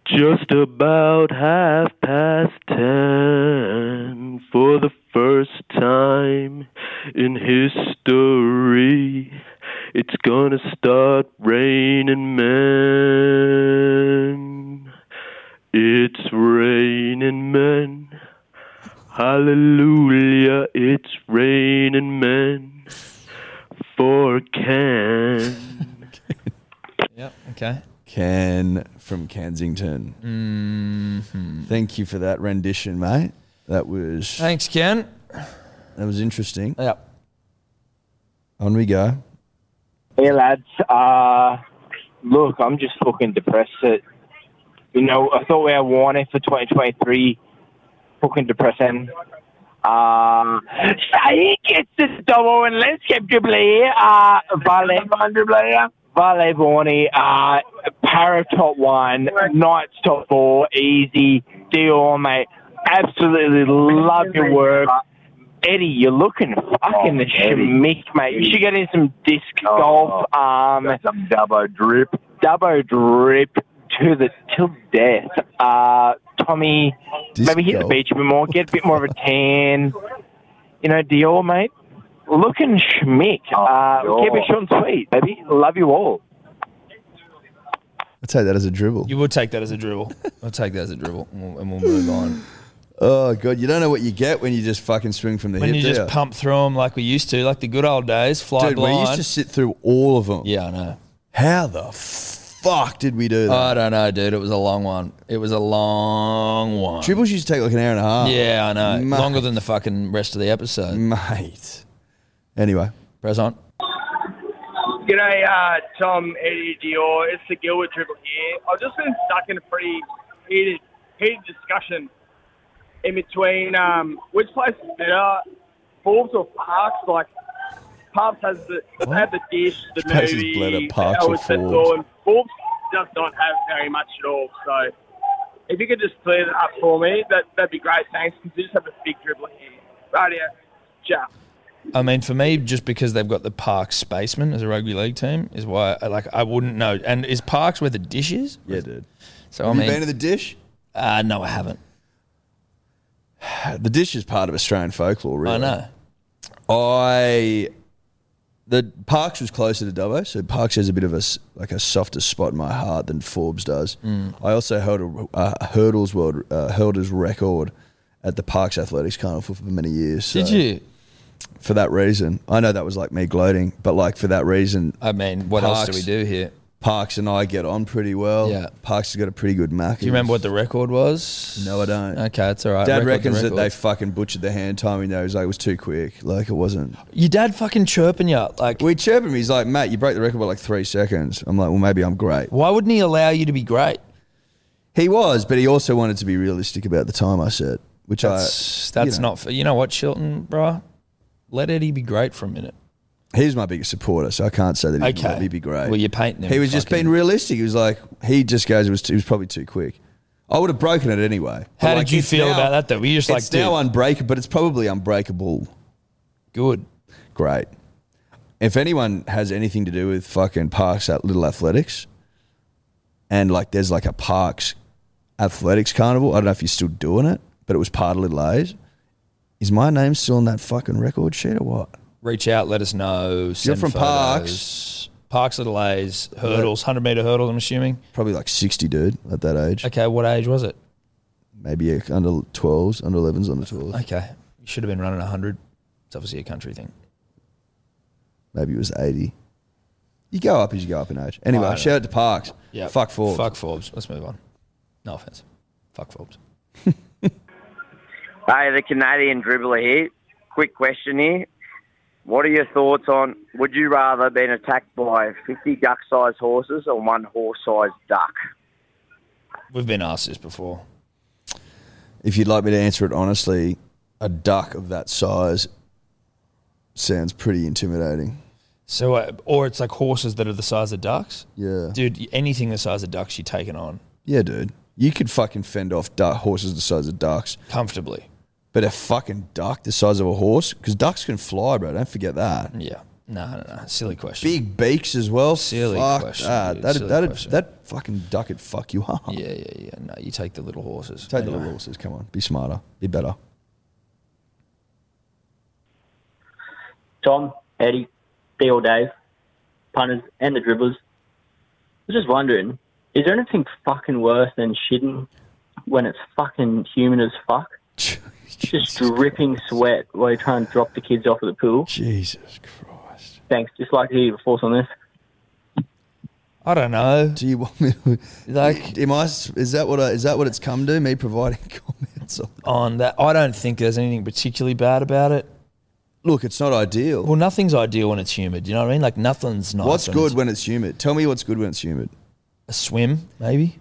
S7: just about half past ten, for the first time in history, it's gonna start raining men. It's raining men. Hallelujah, it's raining men for Ken.
S2: Yeah. Okay.
S3: Ken from Kensington.
S2: Mm-hmm.
S3: Thank you for that rendition, mate. That was
S2: Thanks, Ken.
S3: that was interesting.
S2: Yep.
S3: On we go.
S8: Hey lads, uh, look, I'm just fucking depressed. That, you know, I thought we were warning for 2023. Fucking depressing. Uh, Saeed gets this double and let's get dribbler here. Uh, Vale, Vale Borny, uh, Para top one, Knights top four, easy. Dior, mate, absolutely love your work. Eddie, you're looking fucking the schmick, mate. You should get in some disc golf. Um, Oh, some double drip. Double drip to the till death. Uh, Tommy,
S3: Disc
S8: maybe hit
S3: golf.
S8: the beach a bit more, get a bit more of a tan. You know, Dior, mate. Looking schmick.
S7: Oh,
S8: uh, keep it short and sweet, baby. Love you all.
S3: I'll take that as a dribble.
S2: You will take that as a dribble. I'll take that as a dribble, and we'll, and we'll move on.
S3: Oh god, you don't know what you get when you just fucking swing from the
S2: When
S3: hip.
S2: you
S3: do
S2: just
S3: ya?
S2: pump through them like we used to, like the good old days, fly
S3: Dude,
S2: blind.
S3: we used to sit through all of them.
S2: yeah, I know.
S3: How the fuck did we do that?
S2: I don't know, dude. It was a long one. It was a long one.
S3: Dribbles used to take like an hour and a half.
S2: Yeah, I know.
S3: Oh, Mate.
S2: Longer than the fucking rest of the episode.
S3: mate. Anyway,
S2: Press on.
S9: G'day, uh, Tom, Eddie, Dior. It's the Gilbert Triple here. I've just been stuck in a pretty heated, heated discussion in between um, which place is better, Forbes or Parks. Like, Parks has the had the dish, the
S3: Which place is
S9: movie,
S3: better,
S9: the
S3: Parks or
S9: Elvis Festival,
S3: Forbes?
S9: and Forbes does not have very much at all. So If you could just clear that up for me, that, that'd be great, thanks, because we just have a big dribble here. Right here. Ciao.
S2: I mean, for me, just because they've got the Parks Spaceman as a rugby league team is why. I- Like, I wouldn't know. And is Parks where the dish is?
S3: Yeah, dude.
S2: So
S3: Have
S2: I
S3: you
S2: mean,
S3: been to the dish?
S2: uh, no, I haven't.
S3: Uh, The dish is part of Australian folklore, really.
S2: I know.
S3: I the Parks was closer to Dubbo, so Parks has a bit of a s- like a softer spot in my heart than Forbes does. I also held a, a hurdles world uh, hurdles record at the Parks Athletics Carnival for many years. So
S2: Did you?
S3: For that reason, I know that was like me gloating, but like for that reason,
S2: I mean, what else do
S3: Parks.
S2: we do here?
S3: Parks and I get on pretty well.
S2: Yeah.
S3: Parks has got a pretty good market.
S2: Do you remember what the record was?
S3: No, I don't.
S2: Okay, it's all right.
S3: Dad
S2: Uh, Record the
S3: reckons that
S2: record.
S3: they fucking butchered the hand timing though. He's like, it was too quick. Like it wasn't.
S2: Your dad fucking chirping you. Like,
S3: We chirp him. He's like, mate, you broke the record by like three seconds. I'm like, well, maybe I'm great.
S2: why wouldn't he allow you to be great?
S3: He was, but he also wanted to be realistic about the time I said, which
S2: That's
S3: I. you
S2: that's
S3: know,
S2: not. For, you know what, Chilton, bruh? Let Eddie be great for a minute.
S3: He was my biggest supporter, so I can't say that he
S2: Okay.
S3: let me be great.
S2: Well, you're painting him
S3: He was just
S2: fucking-
S3: being realistic. He was like, he just goes, it was, too, it was probably too quick. I would have broken it anyway.
S2: How
S3: But,
S2: did
S3: like,
S2: you
S3: it's
S2: feel
S3: now-
S2: about that though? Were you just like,
S3: It's
S2: dude,
S3: now unbreakable, but it's probably unbreakable.
S2: good?
S3: Great. If anyone has anything to do with fucking parks at Little Athletics, and like there's like a parks athletics carnival. I don't know if you're still doing it, but it was part of Little A's. Is my name still on that fucking record sheet or what?
S2: Reach out, let us know. Send
S3: from
S2: photos.
S3: Parks.
S2: Parks Little A's, hurdles, 100 meter hurdles, I'm assuming.
S3: Probably like 60, dude, at that age.
S2: Okay, what age was it?
S3: Maybe like, under 12s, under 11s, under 12s.
S2: Okay, you should have been running 100. It's obviously a country thing.
S3: Maybe it was 80. You go up as you go up in age. Anyway,
S2: I don't
S3: shout out to Parks.
S2: Yeah.
S3: Fuck Forbes.
S2: Fuck Forbes. Let's move on. No offense. Fuck Forbes.
S10: Hey, the Canadian dribbler here. Quick question here. What are your thoughts on would you rather been attacked by 50 duck sized horses or one horse sized duck?
S2: We've been asked this before.
S3: If you'd like me to answer it honestly, a duck of that size sounds pretty intimidating.
S2: So, uh, or it's like horses that are the size of ducks.
S3: Yeah.
S2: Dude, anything the size of ducks, you're taking on
S3: Yeah, dude. You could fucking fend off duck, horses the size of ducks,
S2: comfortably.
S3: but a fucking duck the size of a horse, because ducks can fly, bro. Don't forget that.
S2: Yeah. No, no, no. Silly question.
S3: Big beaks as well.
S2: Silly
S3: Fuck
S2: question,
S3: that.
S2: dude.
S3: That
S2: Silly
S3: that
S2: question.
S3: that fucking duck would fuck you up.
S2: Yeah, yeah, yeah. No, you take the little horses.
S3: Take the
S2: Anyway.
S3: little horses. Come on, be smarter, be better.
S11: Tom, Eddie, Theo, Dave, punters, and the dribblers. I was just wondering, is there anything fucking worse than shitting when it's fucking humid as fuck? Just dripping sweat while you're trying to drop the kids off at the pool.
S3: Jesus Christ.
S11: Thanks. Just like to hear your thoughts on this.
S2: I don't know.
S3: Do you want me? To,
S2: Like-
S3: am I? Is that what? I, is that what it's come to? Me providing comments. On,
S2: On that, I don't think there's anything particularly bad about it.
S3: look, it's not ideal.
S2: Well, nothing's ideal when it's humid. You know what I mean? Like nothing's nice.
S3: what's
S2: when
S3: good
S2: it's-
S3: when it's humid? Tell me what's good when it's humid.
S2: a swim, maybe.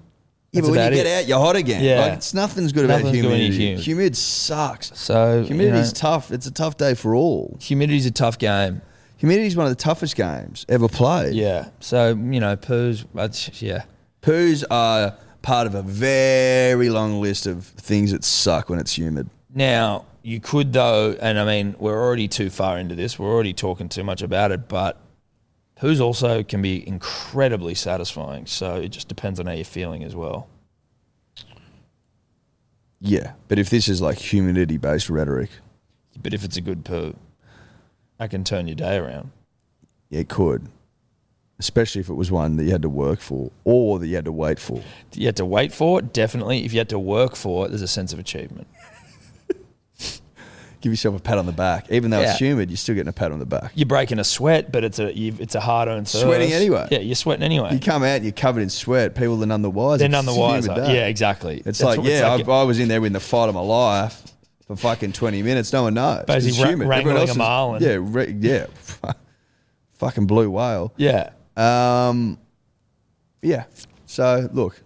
S3: Yeah,
S2: That's
S3: but when
S2: about
S3: you
S2: it.
S3: get out, you're hot again.
S2: Yeah.
S3: Like, it's nothing's good about
S2: Nothing's good when you're
S3: humidity.
S2: humid.
S3: humid. sucks.
S2: So,
S3: Humidity's
S2: you know,
S3: tough. It's a tough day for all.
S2: humidity's a tough game.
S3: Humidity's one of the toughest games ever played.
S2: Yeah. So you know, poos. That's, yeah.
S3: Poos are part of a very long list of things that suck when it's humid.
S2: Now you could though, and I mean, we're already too far into this. We're already talking too much about it, but poos also can be incredibly satisfying. So it just depends on how you're feeling as well.
S3: Yeah, but if this is like humidity-based rhetoric,
S2: But if it's a good poo, I can turn your day around.
S3: it could. Especially if it was one that you had to work for or that you had to wait for.
S2: You had to wait for it, definitely. If you had to work for it, there's a sense of achievement.
S3: Give yourself a pat on the back. Even though
S2: Yeah.
S3: it's humid, you're still getting a pat on the back.
S2: You're breaking a sweat, but it's a you've, it's a hard earned thirst.
S3: Sweating anyway.
S2: Yeah, you're sweating anyway.
S3: You come out, you're covered in sweat. People are none the wiser.
S2: They're none the
S3: It's a humid
S2: wiser.
S3: day.
S2: Yeah, exactly.
S3: It's
S2: That's
S3: like,
S2: what-
S3: yeah, I, I was in there in the fight of my life for fucking 20 minutes. No one knows.
S2: Basically
S3: it's
S2: ra-
S3: humid.
S2: wrangling
S3: Everyone else
S2: a
S3: is-
S2: marlin.
S3: Yeah, re- yeah. fucking blue whale.
S2: yeah.
S3: Um, yeah. So, look,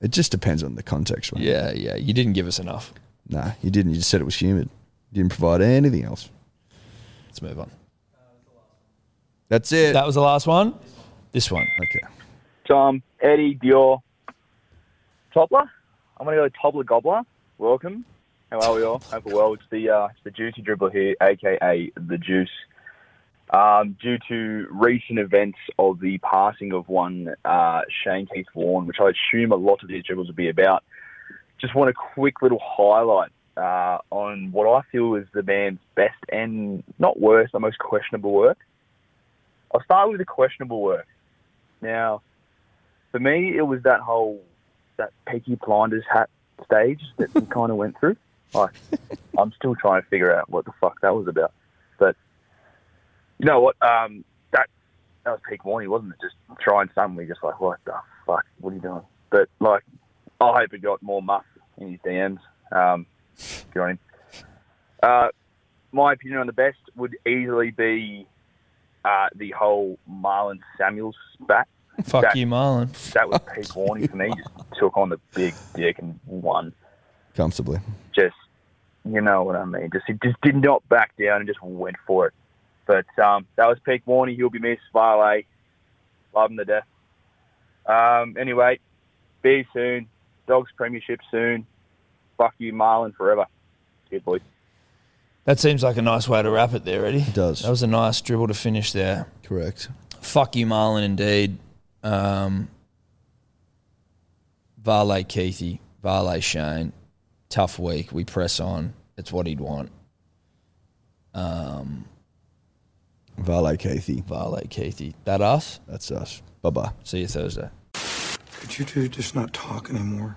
S3: it just depends on the context. Right?
S2: Yeah, yeah. You didn't give us enough.
S3: Nah, you didn't. You just said it was humid. You didn't provide anything else.
S2: Let's move on.
S3: That's it.
S2: That was the last one. This one.
S3: okay.
S8: Tom, Eddie, Dior, Topler.
S7: I'm going to go Tobler Gobbler. Welcome. How are we all? Hope we're well. It's the, uh, it's the Juicy Dribbler here, aka The Juice. Um, due to recent events of the passing of one uh, Shane Keith Warren, which I assume a lot of these dribbles will be about, just want a quick little highlight uh, on what I feel is the man's best and not worst, the most questionable work. I'll start with the questionable work. Now, for me, it was that whole that Peaky Blinders hat stage that we kind of went through. Like, I'm still trying to figure out what the fuck that was about. But you know what? Um, that that was peak warning, wasn't it? Just trying suddenly, just like what the fuck? What are you doing? But like, I hope he got more muff in his DMs. Um, good on him. Uh, my opinion on the best would easily be uh, the whole Marlon Samuels spat.
S2: Fuck
S7: That-
S2: you, Marlon.
S7: That was peak warning for me. Just took on the big dick and won.
S12: comfortably.
S7: Just, you know what I mean. Just he just did not back down and just went for it. But um, that was peak warning. He'll be missed. Violet. Love him to death. Um, anyway, be soon. Dogs premiership soon. Fuck you, Marlon, forever. Good boys.
S2: That seems like a nice way to wrap it there, Eddie. It does. That was a nice dribble to finish there.
S12: Correct.
S2: Fuck you, Marlon, indeed. Um, Vale Keithy, Vale Shane. Tough week. We press on. It's what he'd want. Um,
S12: Vale Keithy.
S2: Vale Keithy. That us?
S12: That's us. Bye bye.
S2: See you Thursday.
S13: Could you two just not talk anymore?